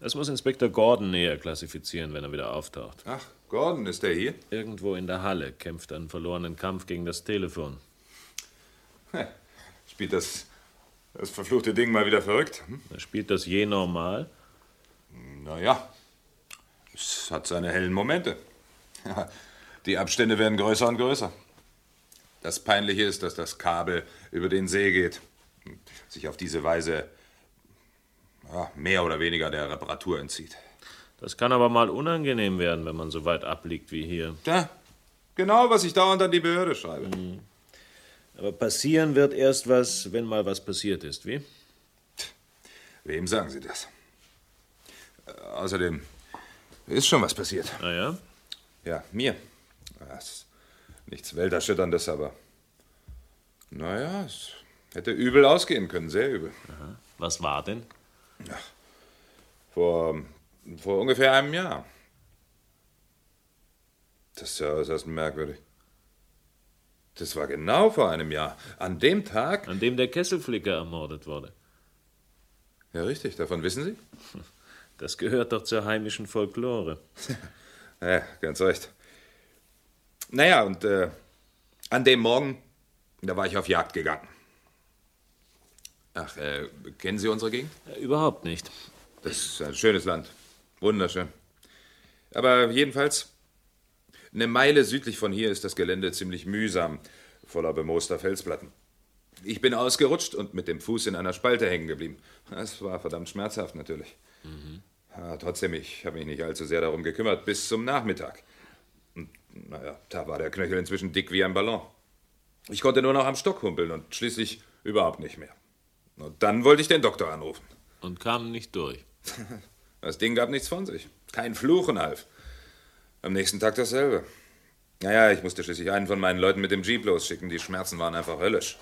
Speaker 15: Das muss Inspektor Gordon näher klassifizieren, wenn er wieder auftaucht.
Speaker 11: Ach, Gordon, ist der hier?
Speaker 15: Irgendwo in der Halle kämpft einen verlorenen Kampf gegen das Telefon.
Speaker 11: Heh, spielt das, das verfluchte Ding mal wieder verrückt? Hm?
Speaker 15: Er spielt das je normal?
Speaker 11: Naja, es hat seine hellen Momente. Ja, die Abstände werden größer und größer. Das Peinliche ist, dass das Kabel über den See geht. Sich auf diese Weise ja, mehr oder weniger der Reparatur entzieht.
Speaker 15: Das kann aber mal unangenehm werden, wenn man so weit abliegt wie hier.
Speaker 11: Ja, genau, was ich dauernd an die Behörde schreibe. Mhm.
Speaker 15: Aber passieren wird erst was, wenn mal was passiert ist, wie?
Speaker 11: Wem sagen Sie das? Äh, außerdem ist schon was passiert.
Speaker 15: Ah ja?
Speaker 11: Ja, mir. Das ist nichts Welterschütterndes, aber. Naja, es hätte übel ausgehen können, sehr übel.
Speaker 15: Aha. Was war denn?
Speaker 11: Ach, vor, vor ungefähr einem Jahr. Das ist ja äußerst merkwürdig. Das war genau vor einem Jahr. An dem Tag.
Speaker 15: An dem der Kesselflicker ermordet wurde.
Speaker 11: Ja, richtig. Davon wissen Sie?
Speaker 15: Das gehört doch zur heimischen Folklore.
Speaker 11: ja, ganz recht. Naja, und äh, an dem Morgen, da war ich auf Jagd gegangen. Ach, äh, kennen Sie unsere Gegend?
Speaker 15: Äh, Überhaupt nicht.
Speaker 11: Das ist ein schönes Land. Wunderschön. Aber jedenfalls, eine Meile südlich von hier ist das Gelände ziemlich mühsam, voller bemooster Felsplatten. Ich bin ausgerutscht und mit dem Fuß in einer Spalte hängen geblieben. Das war verdammt schmerzhaft natürlich. Mhm. Ja, trotzdem, ich habe mich nicht allzu sehr darum gekümmert, bis zum Nachmittag. Und, naja, da war der Knöchel inzwischen dick wie ein Ballon. Ich konnte nur noch am Stock humpeln und schließlich überhaupt nicht mehr. Und dann wollte ich den Doktor anrufen.
Speaker 15: Und kam nicht durch.
Speaker 11: Das Ding gab nichts von sich. Kein Fluchen half. Am nächsten Tag dasselbe. Naja, ich musste schließlich einen von meinen Leuten mit dem Jeep losschicken. Die Schmerzen waren einfach höllisch.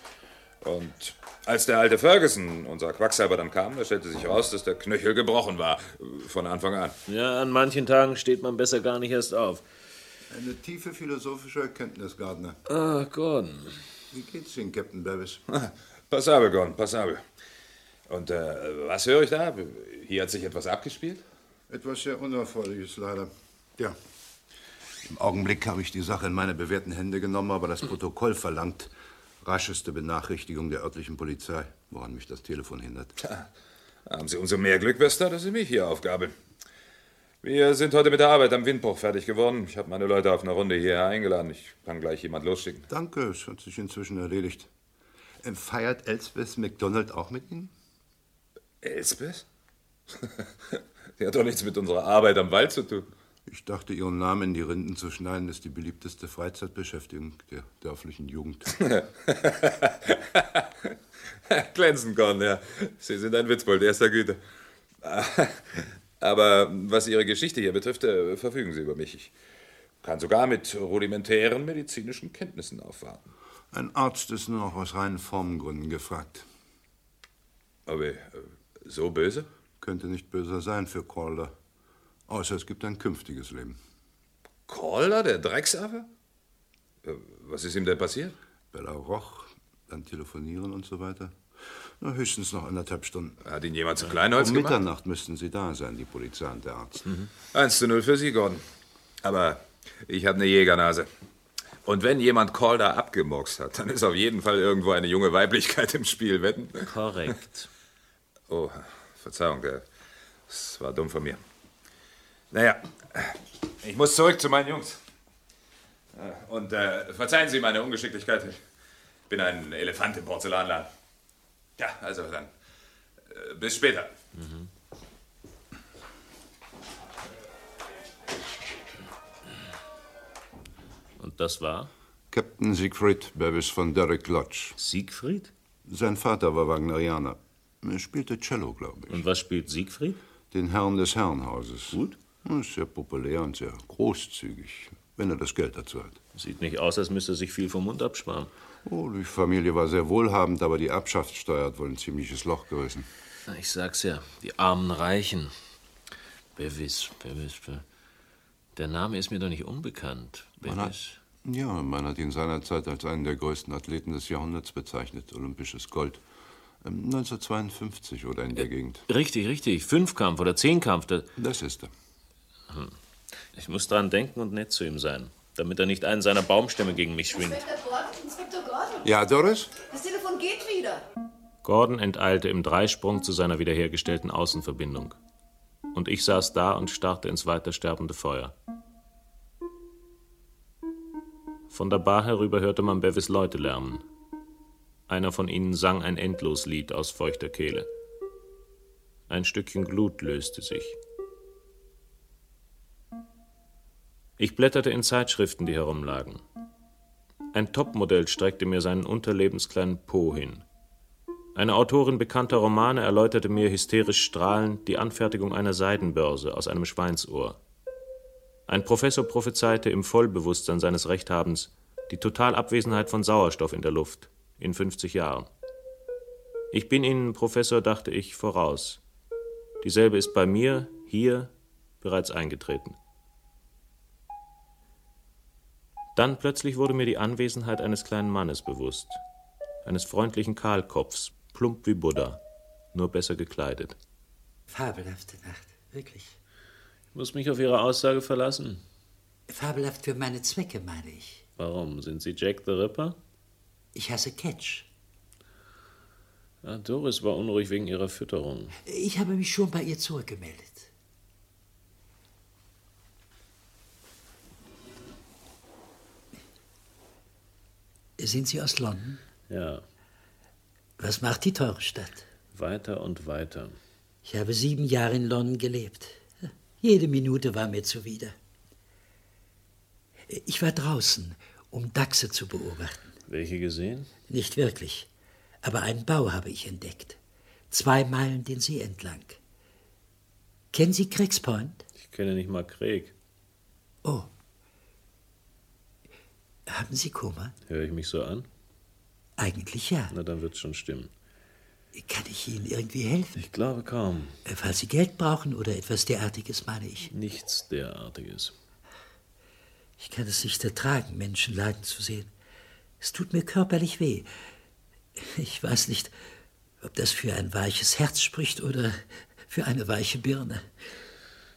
Speaker 11: Und als der alte Ferguson, unser Quacksalber, dann kam, da stellte sich raus, dass der Knöchel gebrochen war. Von Anfang an.
Speaker 13: Ja, an manchen Tagen steht man besser gar nicht erst auf.
Speaker 3: Eine tiefe philosophische Erkenntnis, Gardner.
Speaker 13: Ah, Gordon.
Speaker 3: Wie geht's Ihnen, Captain Bevis?
Speaker 11: Passabel, Gordon, passabel. Und äh, was höre ich da? Hier hat sich etwas abgespielt?
Speaker 3: Etwas sehr Unerfreuliches, leider. Ja. Im Augenblick habe ich die Sache in meine bewährten Hände genommen, aber das Protokoll verlangt rascheste Benachrichtigung der örtlichen Polizei, woran mich das Telefon hindert.
Speaker 11: Tja, haben Sie umso mehr Glück, Wester, dass Sie mich hier aufgabeln. Wir sind heute mit der Arbeit am Windbruch fertig geworden. Ich habe meine Leute auf eine Runde hierher eingeladen. Ich kann gleich jemand losschicken.
Speaker 3: Danke, es hat sich inzwischen erledigt. Ähm, Feiert Elsbeth McDonald auch mit Ihnen?
Speaker 11: Elsbeth? Sie hat doch nichts mit unserer Arbeit am Wald zu tun.
Speaker 3: Ich dachte, ihren Namen in die Rinden zu schneiden, ist die beliebteste Freizeitbeschäftigung der dörflichen Jugend.
Speaker 11: Glänzen, Gordon, ja. Sie sind ein Witzbold erster Güte. Aber was Ihre Geschichte hier betrifft, äh, verfügen Sie über mich. Ich kann sogar mit rudimentären medizinischen Kenntnissen aufwarten.
Speaker 3: Ein Arzt ist nur noch aus reinen Formgründen gefragt.
Speaker 11: Aber äh, so böse?
Speaker 3: Könnte nicht böser sein für Calder. Außer es gibt ein künftiges Leben.
Speaker 11: Calder, der Drecksaffe? Äh, Was ist ihm denn passiert?
Speaker 3: Bella Roch, dann telefonieren und so weiter. Na, höchstens noch anderthalb Stunden.
Speaker 11: Hat ihn jemand zu Kleinholz Mhm.
Speaker 3: um
Speaker 11: gemacht?
Speaker 3: Mitternacht müssten sie da sein, die Polizei und der Arzt.
Speaker 11: 1 zu 0 für Sie, Gordon. Aber ich habe eine Jägernase. Und wenn jemand Calder abgemurkst hat, dann ist auf jeden Fall irgendwo eine junge Weiblichkeit im Spiel, wetten?
Speaker 13: Korrekt.
Speaker 11: Oh, Verzeihung, äh, das war dumm von mir. Naja, ich muss zurück zu meinen Jungs. Äh, Und äh, verzeihen Sie meine Ungeschicklichkeit. Ich bin ein Elefant im Porzellanladen. Ja, also dann. äh, Bis später.
Speaker 13: Und das war?
Speaker 3: Captain Siegfried Bevis von Derek Lodge.
Speaker 13: Siegfried?
Speaker 3: Sein Vater war Wagnerianer. Er spielte Cello, glaube ich.
Speaker 13: Und was spielt Siegfried?
Speaker 3: Den Herrn des Herrenhauses. Gut. Ist sehr populär und sehr großzügig, wenn er das Geld dazu hat.
Speaker 13: Sieht nicht aus, als müsste er sich viel vom Mund absparen.
Speaker 3: Oh, die Familie war sehr wohlhabend, aber die Erbschaftssteuer hat wohl ein ziemliches Loch gerissen.
Speaker 13: Na, Ich sag's ja, die armen Reichen. Bevis, Bevis, Be Der Name ist mir doch nicht unbekannt.
Speaker 3: Man
Speaker 13: Bevis.
Speaker 3: Ja, man hat ihn seinerzeit als einen der größten Athleten des Jahrhunderts bezeichnet, olympisches Gold. Ähm, 1952 oder in der Gegend.
Speaker 13: Äh, Richtig, richtig. Fünfkampf oder Zehnkampf. Das,
Speaker 3: das ist er.
Speaker 13: Hm. Ich muss dran denken und nett zu ihm sein, damit er nicht einen seiner Baumstämme gegen mich schwingt.
Speaker 12: Inspektor Gordon, Inspektor Gordon.
Speaker 13: Ja, Doris?
Speaker 12: Das Telefon geht wieder.
Speaker 13: Gordon enteilte im Dreisprung zu seiner wiederhergestellten Außenverbindung. Und ich saß da und starrte ins weiter sterbende Feuer. Von der Bar herüber hörte man Bevis Leute lärmen. Einer von ihnen sang ein Endloslied aus feuchter Kehle. Ein Stückchen Glut löste sich. Ich blätterte in Zeitschriften, die herumlagen. Ein Topmodell streckte mir seinen unterlebenskleinen Po hin. Eine Autorin bekannter Romane erläuterte mir hysterisch strahlend die Anfertigung einer Seidenbörse aus einem Schweinsohr. Ein Professor prophezeite im Vollbewusstsein seines Rechthabens die Totalabwesenheit von Sauerstoff in der Luft in 50 Jahren. Ich bin Ihnen, Professor, dachte ich, voraus. Dieselbe ist bei mir, hier, bereits eingetreten. Dann plötzlich wurde mir die Anwesenheit eines kleinen Mannes bewusst eines freundlichen Kahlkopfs, plump wie Buddha, nur besser gekleidet.
Speaker 8: Fabelhafte Nacht, wirklich.
Speaker 13: Ich muss mich auf Ihre Aussage verlassen.
Speaker 8: Fabelhaft für meine Zwecke, meine ich.
Speaker 13: Warum? Sind Sie Jack the Ripper?
Speaker 8: Ich hasse Catch.
Speaker 13: Ah, Doris war unruhig wegen ihrer Fütterung.
Speaker 8: Ich habe mich schon bei ihr zurückgemeldet. Sind Sie aus London?
Speaker 13: Ja,
Speaker 8: Was macht die teure Stadt?
Speaker 13: weiter und weiter.
Speaker 8: Ich habe sieben Jahre in London gelebt. Jede Minute war mir zuwider. Ich war draußen, um Dachse zu beobachten.
Speaker 13: Welche gesehen?
Speaker 8: Nicht wirklich, aber einen Bau habe ich entdeckt. Zwei Meilen den See entlang. Kennen Sie Craigs Point?
Speaker 13: Ich kenne nicht mal Krieg.
Speaker 8: Oh. Haben Sie Kummer?
Speaker 13: Höre ich mich so an?
Speaker 8: Eigentlich ja.
Speaker 13: Na, dann wird's schon stimmen.
Speaker 8: Kann ich Ihnen irgendwie helfen?
Speaker 13: Ich glaube kaum.
Speaker 8: Äh, Falls Sie Geld brauchen oder etwas derartiges, meine ich.
Speaker 13: Nichts derartiges.
Speaker 8: Ich kann es nicht ertragen, Menschen leiden zu sehen. Es tut mir körperlich weh. Ich weiß nicht, ob das für ein weiches Herz spricht oder für eine weiche Birne.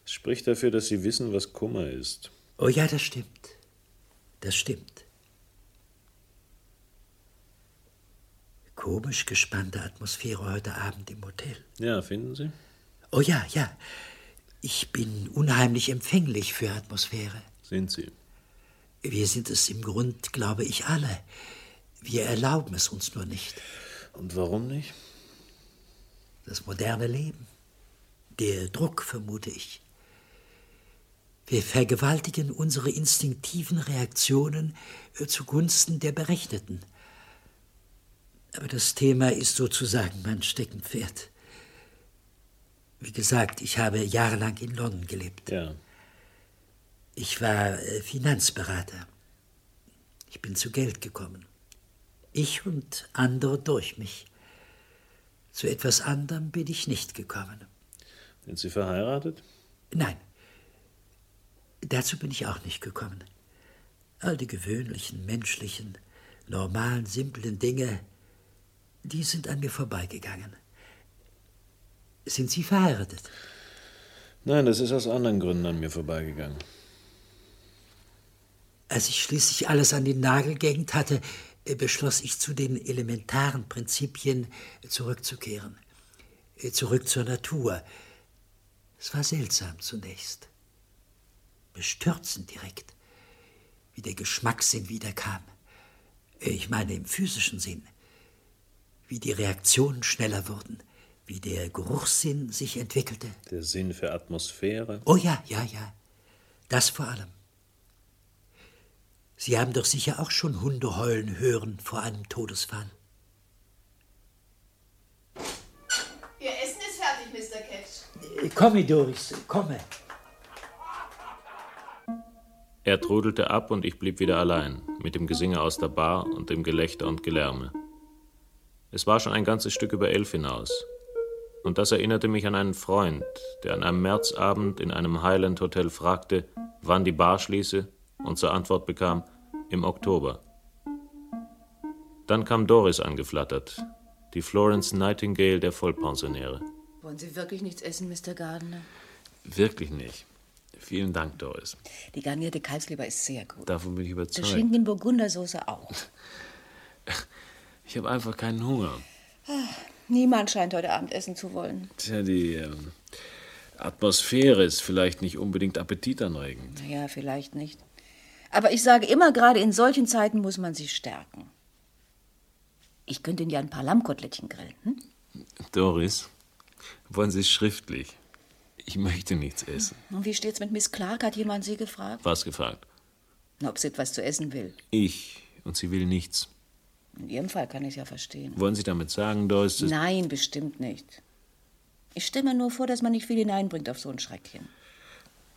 Speaker 13: Es spricht dafür, dass Sie wissen, was Kummer ist.
Speaker 8: Oh ja, das stimmt. Das stimmt. Komisch gespannte Atmosphäre heute Abend im Hotel.
Speaker 13: Ja, finden Sie?
Speaker 8: Oh ja, ja. Ich bin unheimlich empfänglich für Atmosphäre.
Speaker 13: Sind Sie?
Speaker 8: Wir sind es im Grund, glaube ich, alle. Wir erlauben es uns nur nicht.
Speaker 13: Und warum nicht?
Speaker 8: Das moderne Leben. Der Druck, vermute ich. Wir vergewaltigen unsere instinktiven Reaktionen äh, zugunsten der Berechneten. Aber das Thema ist sozusagen mein Steckenpferd. Wie gesagt, ich habe jahrelang in London gelebt.
Speaker 13: Ja.
Speaker 8: Ich war äh, Finanzberater. Ich bin zu Geld gekommen. Ich und andere durch mich. Zu etwas anderem bin ich nicht gekommen.
Speaker 13: Sind Sie verheiratet?
Speaker 8: Nein, dazu bin ich auch nicht gekommen. All die gewöhnlichen, menschlichen, normalen, simplen Dinge, die sind an mir vorbeigegangen. Sind Sie verheiratet?
Speaker 13: Nein, das ist aus anderen Gründen an mir vorbeigegangen.
Speaker 8: Als ich schließlich alles an den Nagel gehängt hatte, äh, beschloss ich, zu den elementaren Prinzipien zurückzukehren. Äh, Zurück zur Natur. Es war seltsam zunächst. Bestürzend direkt. Wie der Geschmackssinn wiederkam. Äh, Ich meine im physischen Sinn. Wie die Reaktionen schneller wurden. Wie der Geruchssinn sich entwickelte.
Speaker 13: Der Sinn für Atmosphäre?
Speaker 8: Oh ja, ja, ja. Das vor allem. Sie haben doch sicher auch schon Hunde heulen hören vor einem Todesfall.
Speaker 28: Ihr Essen ist fertig, Mr. Ketch.
Speaker 8: Äh, Komme, Doris, komme.
Speaker 13: Er trudelte ab und ich blieb wieder allein, mit dem Gesinge aus der Bar und dem Gelächter und Gelärme. Es war schon ein ganzes Stück über elf hinaus. Und das erinnerte mich an einen Freund, der an einem Märzabend in einem Highland Hotel fragte, wann die Bar schließe, und zur Antwort bekam, im Oktober. Dann kam Doris angeflattert, die Florence Nightingale der Vollpensionäre.
Speaker 12: Wollen Sie wirklich nichts essen, Mr. Gardner?
Speaker 13: Wirklich nicht. Vielen Dank, Doris.
Speaker 12: Die garnierte Kalbsleber ist sehr gut.
Speaker 13: Davon bin ich
Speaker 12: Der
Speaker 13: überzeugt.
Speaker 12: Schinken in Burgundersoße auch.
Speaker 13: Ich habe einfach keinen Hunger.
Speaker 12: Ah, Niemand scheint heute Abend essen zu wollen.
Speaker 13: Tja, die ähm, Atmosphäre ist vielleicht nicht unbedingt appetitanregend.
Speaker 12: Naja, vielleicht nicht. Aber ich sage immer, gerade in solchen Zeiten muss man sie stärken. Ich könnte Ihnen ja ein paar Lammkotelettchen grillen. Hm?
Speaker 13: Doris, wollen Sie es schriftlich? Ich möchte nichts essen.
Speaker 12: Und wie steht's mit Miss Clark? Hat jemand Sie gefragt?
Speaker 13: Was gefragt?
Speaker 12: Na, ob sie etwas zu essen will.
Speaker 13: Ich. Und sie will nichts.
Speaker 12: In Ihrem Fall kann ich es ja verstehen.
Speaker 13: Wollen Sie damit sagen, Doris, dass...
Speaker 12: Nein, bestimmt nicht. Ich stelle mir nur vor, dass man nicht viel hineinbringt auf so ein Schreckchen.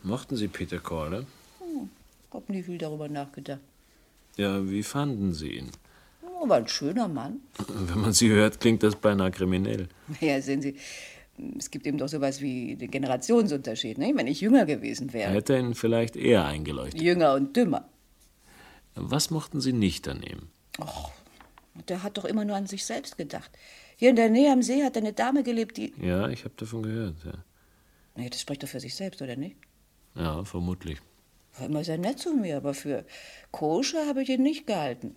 Speaker 13: Mochten Sie Peter ne? Corley?
Speaker 12: Hm, hab nie viel darüber nachgedacht. Hm,
Speaker 13: Ja, wie fanden Sie ihn?
Speaker 12: Aber ein schöner Mann.
Speaker 13: Wenn man Sie hört, klingt das beinahe kriminell.
Speaker 12: Ja, sehen Sie, es gibt eben doch sowas wie den Generationsunterschied, ne? wenn ich jünger gewesen
Speaker 13: Er
Speaker 12: wäre.
Speaker 13: hätte ihn vielleicht eher eingeleuchtet.
Speaker 12: Jünger und dümmer.
Speaker 13: Was mochten Sie nicht daneben?
Speaker 12: Och, der hat doch immer nur an sich selbst gedacht. Hier in der Nähe am See hat eine Dame gelebt, die.
Speaker 13: Ja, ich habe davon gehört. Ja,
Speaker 12: Nee, das spricht doch für sich selbst, oder nicht?
Speaker 13: ja vermutlich.
Speaker 12: War immer sehr nett zu mir, aber für koscher habe ich ihn nicht gehalten.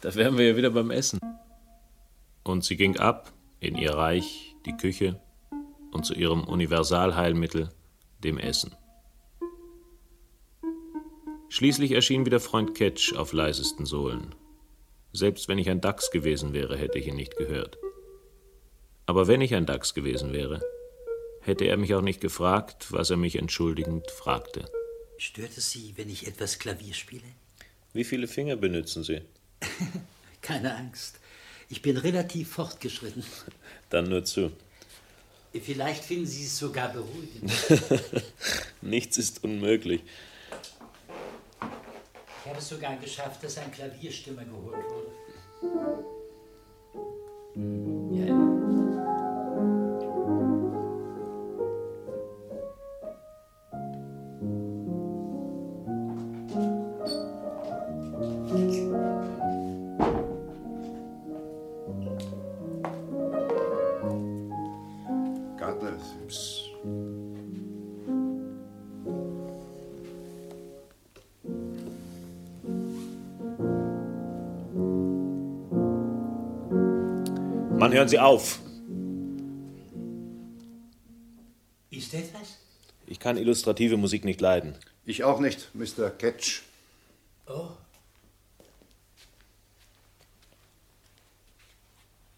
Speaker 13: Da wären wir ja wieder beim Essen. Und sie ging ab in ihr Reich, die Küche und zu ihrem Universalheilmittel, dem Essen. Schließlich erschien wieder Freund Ketch auf leisesten Sohlen. Selbst wenn ich ein Dachs gewesen wäre, hätte ich ihn nicht gehört. Aber wenn ich ein Dachs gewesen wäre, hätte er mich auch nicht gefragt, was er mich entschuldigend fragte.
Speaker 8: Stört es Sie, wenn ich etwas Klavier spiele?
Speaker 13: Wie viele Finger benutzen Sie?
Speaker 8: Keine Angst. Ich bin relativ fortgeschritten.
Speaker 13: Dann nur zu.
Speaker 8: Vielleicht finden Sie es sogar beruhigend.
Speaker 13: Nichts ist unmöglich.
Speaker 8: Ich habe es sogar geschafft, dass ein Klavierstimmer geholt wurde.
Speaker 3: Gardner, Sims.
Speaker 13: Mann, hören Sie auf!
Speaker 8: Ist etwas?
Speaker 13: Ich kann illustrative Musik nicht leiden.
Speaker 3: Ich auch nicht, Mr. Ketch.
Speaker 8: Oh.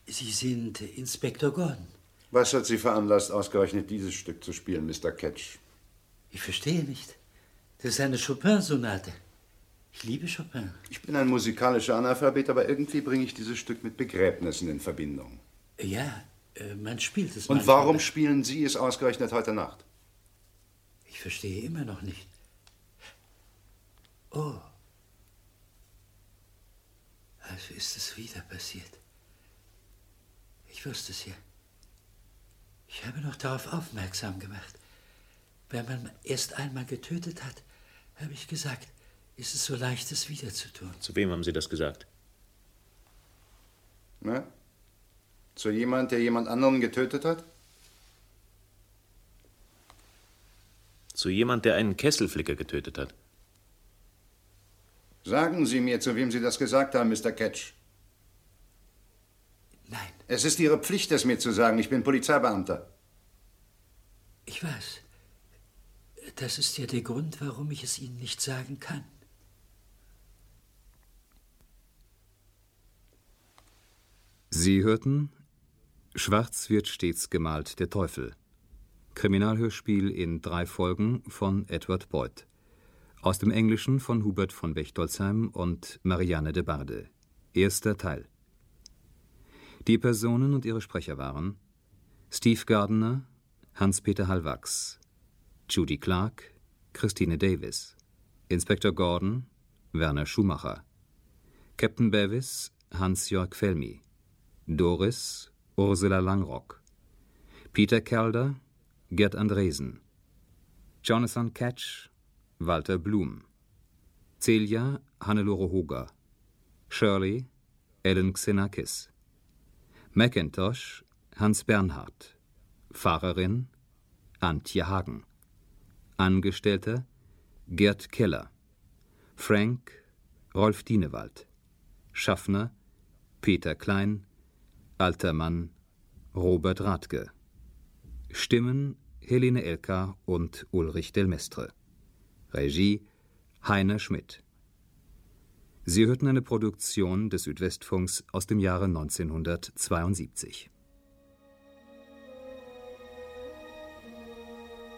Speaker 8: Sie sind Inspektor Gordon.
Speaker 3: Was hat Sie veranlasst, ausgerechnet dieses Stück zu spielen, Mr. Ketch?
Speaker 8: Ich verstehe nicht. Das ist eine Chopin-Sonate. Ich liebe Chopin.
Speaker 3: Ich bin ein musikalischer Analphabet, aber irgendwie bringe ich dieses Stück mit Begräbnissen in Verbindung.
Speaker 8: Ja, äh, man spielt es
Speaker 3: Und
Speaker 8: manchmal.
Speaker 3: warum spielen Sie es ausgerechnet heute Nacht?
Speaker 8: Ich verstehe immer noch nicht. Oh. Also ist es wieder passiert. Ich wusste es ja. Ich habe noch darauf aufmerksam gemacht. Wenn man erst einmal getötet hat, habe ich gesagt, ist es so leicht, es wieder zu tun.
Speaker 13: Zu wem haben Sie das gesagt?
Speaker 3: Ne? Zu jemand, der jemand anderen getötet hat?
Speaker 13: Zu jemand, der einen Kesselflicker getötet hat.
Speaker 3: Sagen Sie mir, zu wem Sie das gesagt haben, Mr. Ketch.
Speaker 8: Nein.
Speaker 3: Es ist Ihre Pflicht, es mir zu sagen. Ich bin Polizeibeamter.
Speaker 8: Ich weiß. Das ist ja der Grund, warum ich es Ihnen nicht sagen kann.
Speaker 14: Sie hörten Schwarz wird stets gemalt der Teufel. Kriminalhörspiel in drei Folgen von Edward Boyd. Aus dem Englischen von Hubert von Bechtolzheim und Marianne de Barde. Erster Teil. Die Personen und ihre Sprecher waren Steve Gardner, Hans-Peter Hallwachs, Judy Clark, Christine Davis, Inspektor Gordon, Werner Schumacher, Captain Bevis, Hans-Jörg Felmi, Doris, Ursula Langrock, Peter Kelder, Gerd Andresen, Jonathan Ketch, Walter Blum, Celia, Hannelore Hoger, Shirley, Ellen Xenakis, McIntosh, Hans Bernhard, Fahrerin, Antje Hagen, Angestellter, Gerd Keller, Frank, Rolf Dienewald, Schaffner, Peter Klein, Alter Mann, Robert Radke. Stimmen Helene Elka und Ulrich Delmestre. Regie Heiner Schmidt. Sie hörten eine Produktion des Südwestfunks aus dem Jahre 1972.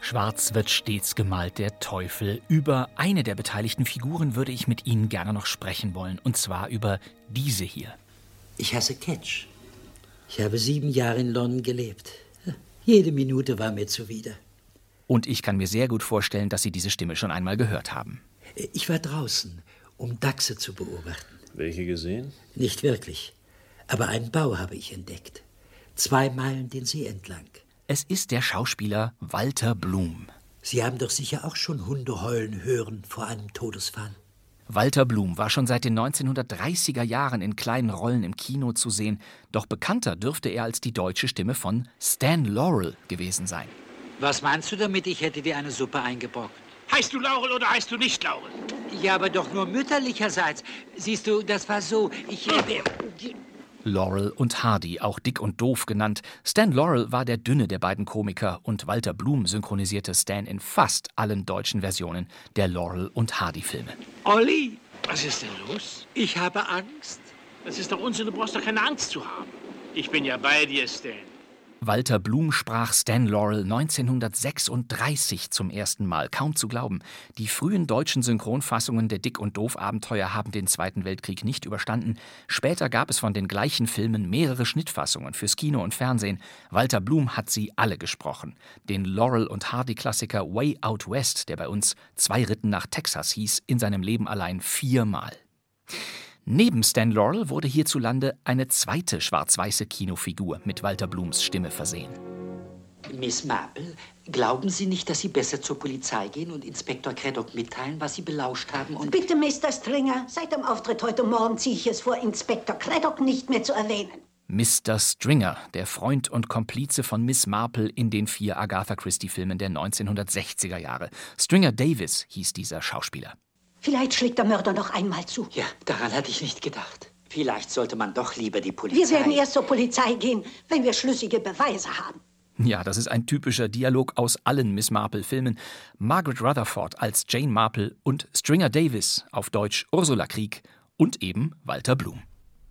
Speaker 10: Schwarz wird stets gemalt der Teufel. Über eine der beteiligten Figuren würde ich mit Ihnen gerne noch sprechen wollen, und zwar über diese hier.
Speaker 8: Ich hasse Catch. Ich habe sieben Jahre in London gelebt. Jede Minute war mir zuwider.
Speaker 10: Und ich kann mir sehr gut vorstellen, dass Sie diese Stimme schon einmal gehört haben.
Speaker 8: Ich war draußen, um Dachse zu beobachten.
Speaker 13: Welche gesehen?
Speaker 8: Nicht wirklich. Aber einen Bau habe ich entdeckt. Zwei Meilen den See entlang.
Speaker 10: Es ist der Schauspieler Walter Blum.
Speaker 8: Sie haben doch sicher auch schon Hunde heulen hören vor einem Todesfall.
Speaker 10: Walter Blum war schon seit den 1930er Jahren in kleinen Rollen im Kino zu sehen, doch bekannter dürfte er als die deutsche Stimme von Stan Laurel gewesen sein.
Speaker 8: Was meinst du damit, ich hätte dir eine Suppe eingebrockt?
Speaker 15: Heißt du Laurel oder heißt du nicht Laurel?
Speaker 8: Ja, aber doch nur mütterlicherseits. Siehst du, das war so. Ich.
Speaker 15: Hm.
Speaker 8: Äh,
Speaker 10: Laurel und Hardy, auch dick und doof genannt. Stan Laurel war der dünne der beiden Komiker und Walter Blum synchronisierte Stan in fast allen deutschen Versionen der Laurel und Hardy Filme.
Speaker 15: Olli! Was ist denn los?
Speaker 8: Ich habe Angst.
Speaker 15: Das ist doch Unsinn, du brauchst doch keine Angst zu haben. Ich bin ja bei dir, Stan.
Speaker 10: Walter Blum sprach Stan Laurel 1936 zum ersten Mal. Kaum zu glauben. Die frühen deutschen Synchronfassungen der Dick- und Doof-Abenteuer haben den Zweiten Weltkrieg nicht überstanden. Später gab es von den gleichen Filmen mehrere Schnittfassungen fürs Kino und Fernsehen. Walter Blum hat sie alle gesprochen. Den Laurel und Hardy-Klassiker Way Out West, der bei uns zwei Ritten nach Texas hieß, in seinem Leben allein viermal. Neben Stan Laurel wurde hierzulande eine zweite schwarz-weiße Kinofigur mit Walter Blums Stimme versehen.
Speaker 8: Miss Marple, glauben Sie nicht, dass Sie besser zur Polizei gehen und Inspektor Craddock mitteilen, was Sie belauscht haben und...
Speaker 29: Bitte, Mr. Stringer, seit dem Auftritt heute Morgen ziehe ich es vor, Inspektor Craddock nicht mehr zu erwähnen.
Speaker 10: Mr. Stringer, der Freund und Komplize von Miss Marple in den vier Agatha Christie-Filmen der 1960er Jahre. Stringer Davis hieß dieser Schauspieler.
Speaker 29: Vielleicht schlägt der Mörder noch einmal zu.
Speaker 8: Ja, daran hatte ich nicht gedacht. Vielleicht sollte man doch lieber die Polizei...
Speaker 29: Wir werden erst zur Polizei gehen, wenn wir schlüssige Beweise haben.
Speaker 10: Ja, das ist ein typischer Dialog aus allen Miss Marple-Filmen. Margaret Rutherford als Jane Marple und Stringer Davis, auf Deutsch Ursula Krieg und eben Walter Blum.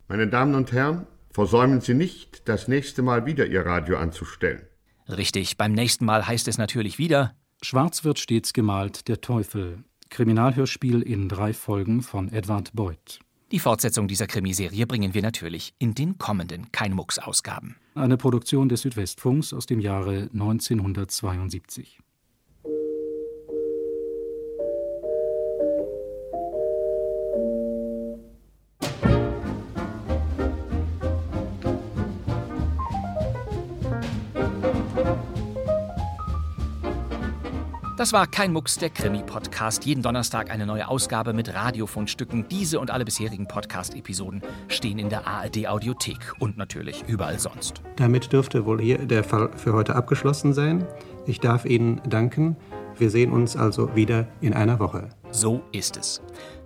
Speaker 22: Meine Damen und Herren, versäumen Sie nicht, das nächste Mal wieder Ihr Radio anzustellen.
Speaker 10: Richtig, beim nächsten Mal heißt es natürlich wieder.
Speaker 17: Schwarz wird stets gemalt, der Teufel. Kriminalhörspiel in drei Folgen von Edward Beuth.
Speaker 10: Die Fortsetzung dieser Krimiserie bringen wir natürlich in den kommenden Kein-Mucks-Ausgaben.
Speaker 17: Eine Produktion des Südwestfunks aus dem Jahre 1972.
Speaker 10: Das war Kein Mucks, der Krimi-Podcast. Jeden Donnerstag eine neue Ausgabe mit Radiofundstücken. Diese und alle bisherigen Podcast-Episoden stehen in der ARD-Audiothek und natürlich überall sonst.
Speaker 30: Damit dürfte wohl hier der Fall für heute abgeschlossen sein. Ich darf Ihnen danken. Wir sehen uns also wieder in einer Woche.
Speaker 10: So ist es.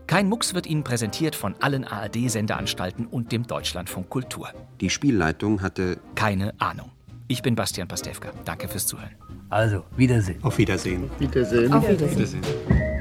Speaker 10: Kein Mucks wird Ihnen präsentiert von allen ARD-Sendeanstalten und dem Deutschlandfunk Kultur.
Speaker 18: Die Spielleitung hatte
Speaker 10: keine Ahnung. Ich bin Bastian Pastewka. Danke fürs Zuhören.
Speaker 30: Also, Wiedersehen. Auf Wiedersehen.
Speaker 18: Wiedersehen.
Speaker 30: Auf Wiedersehen. Wiedersehen.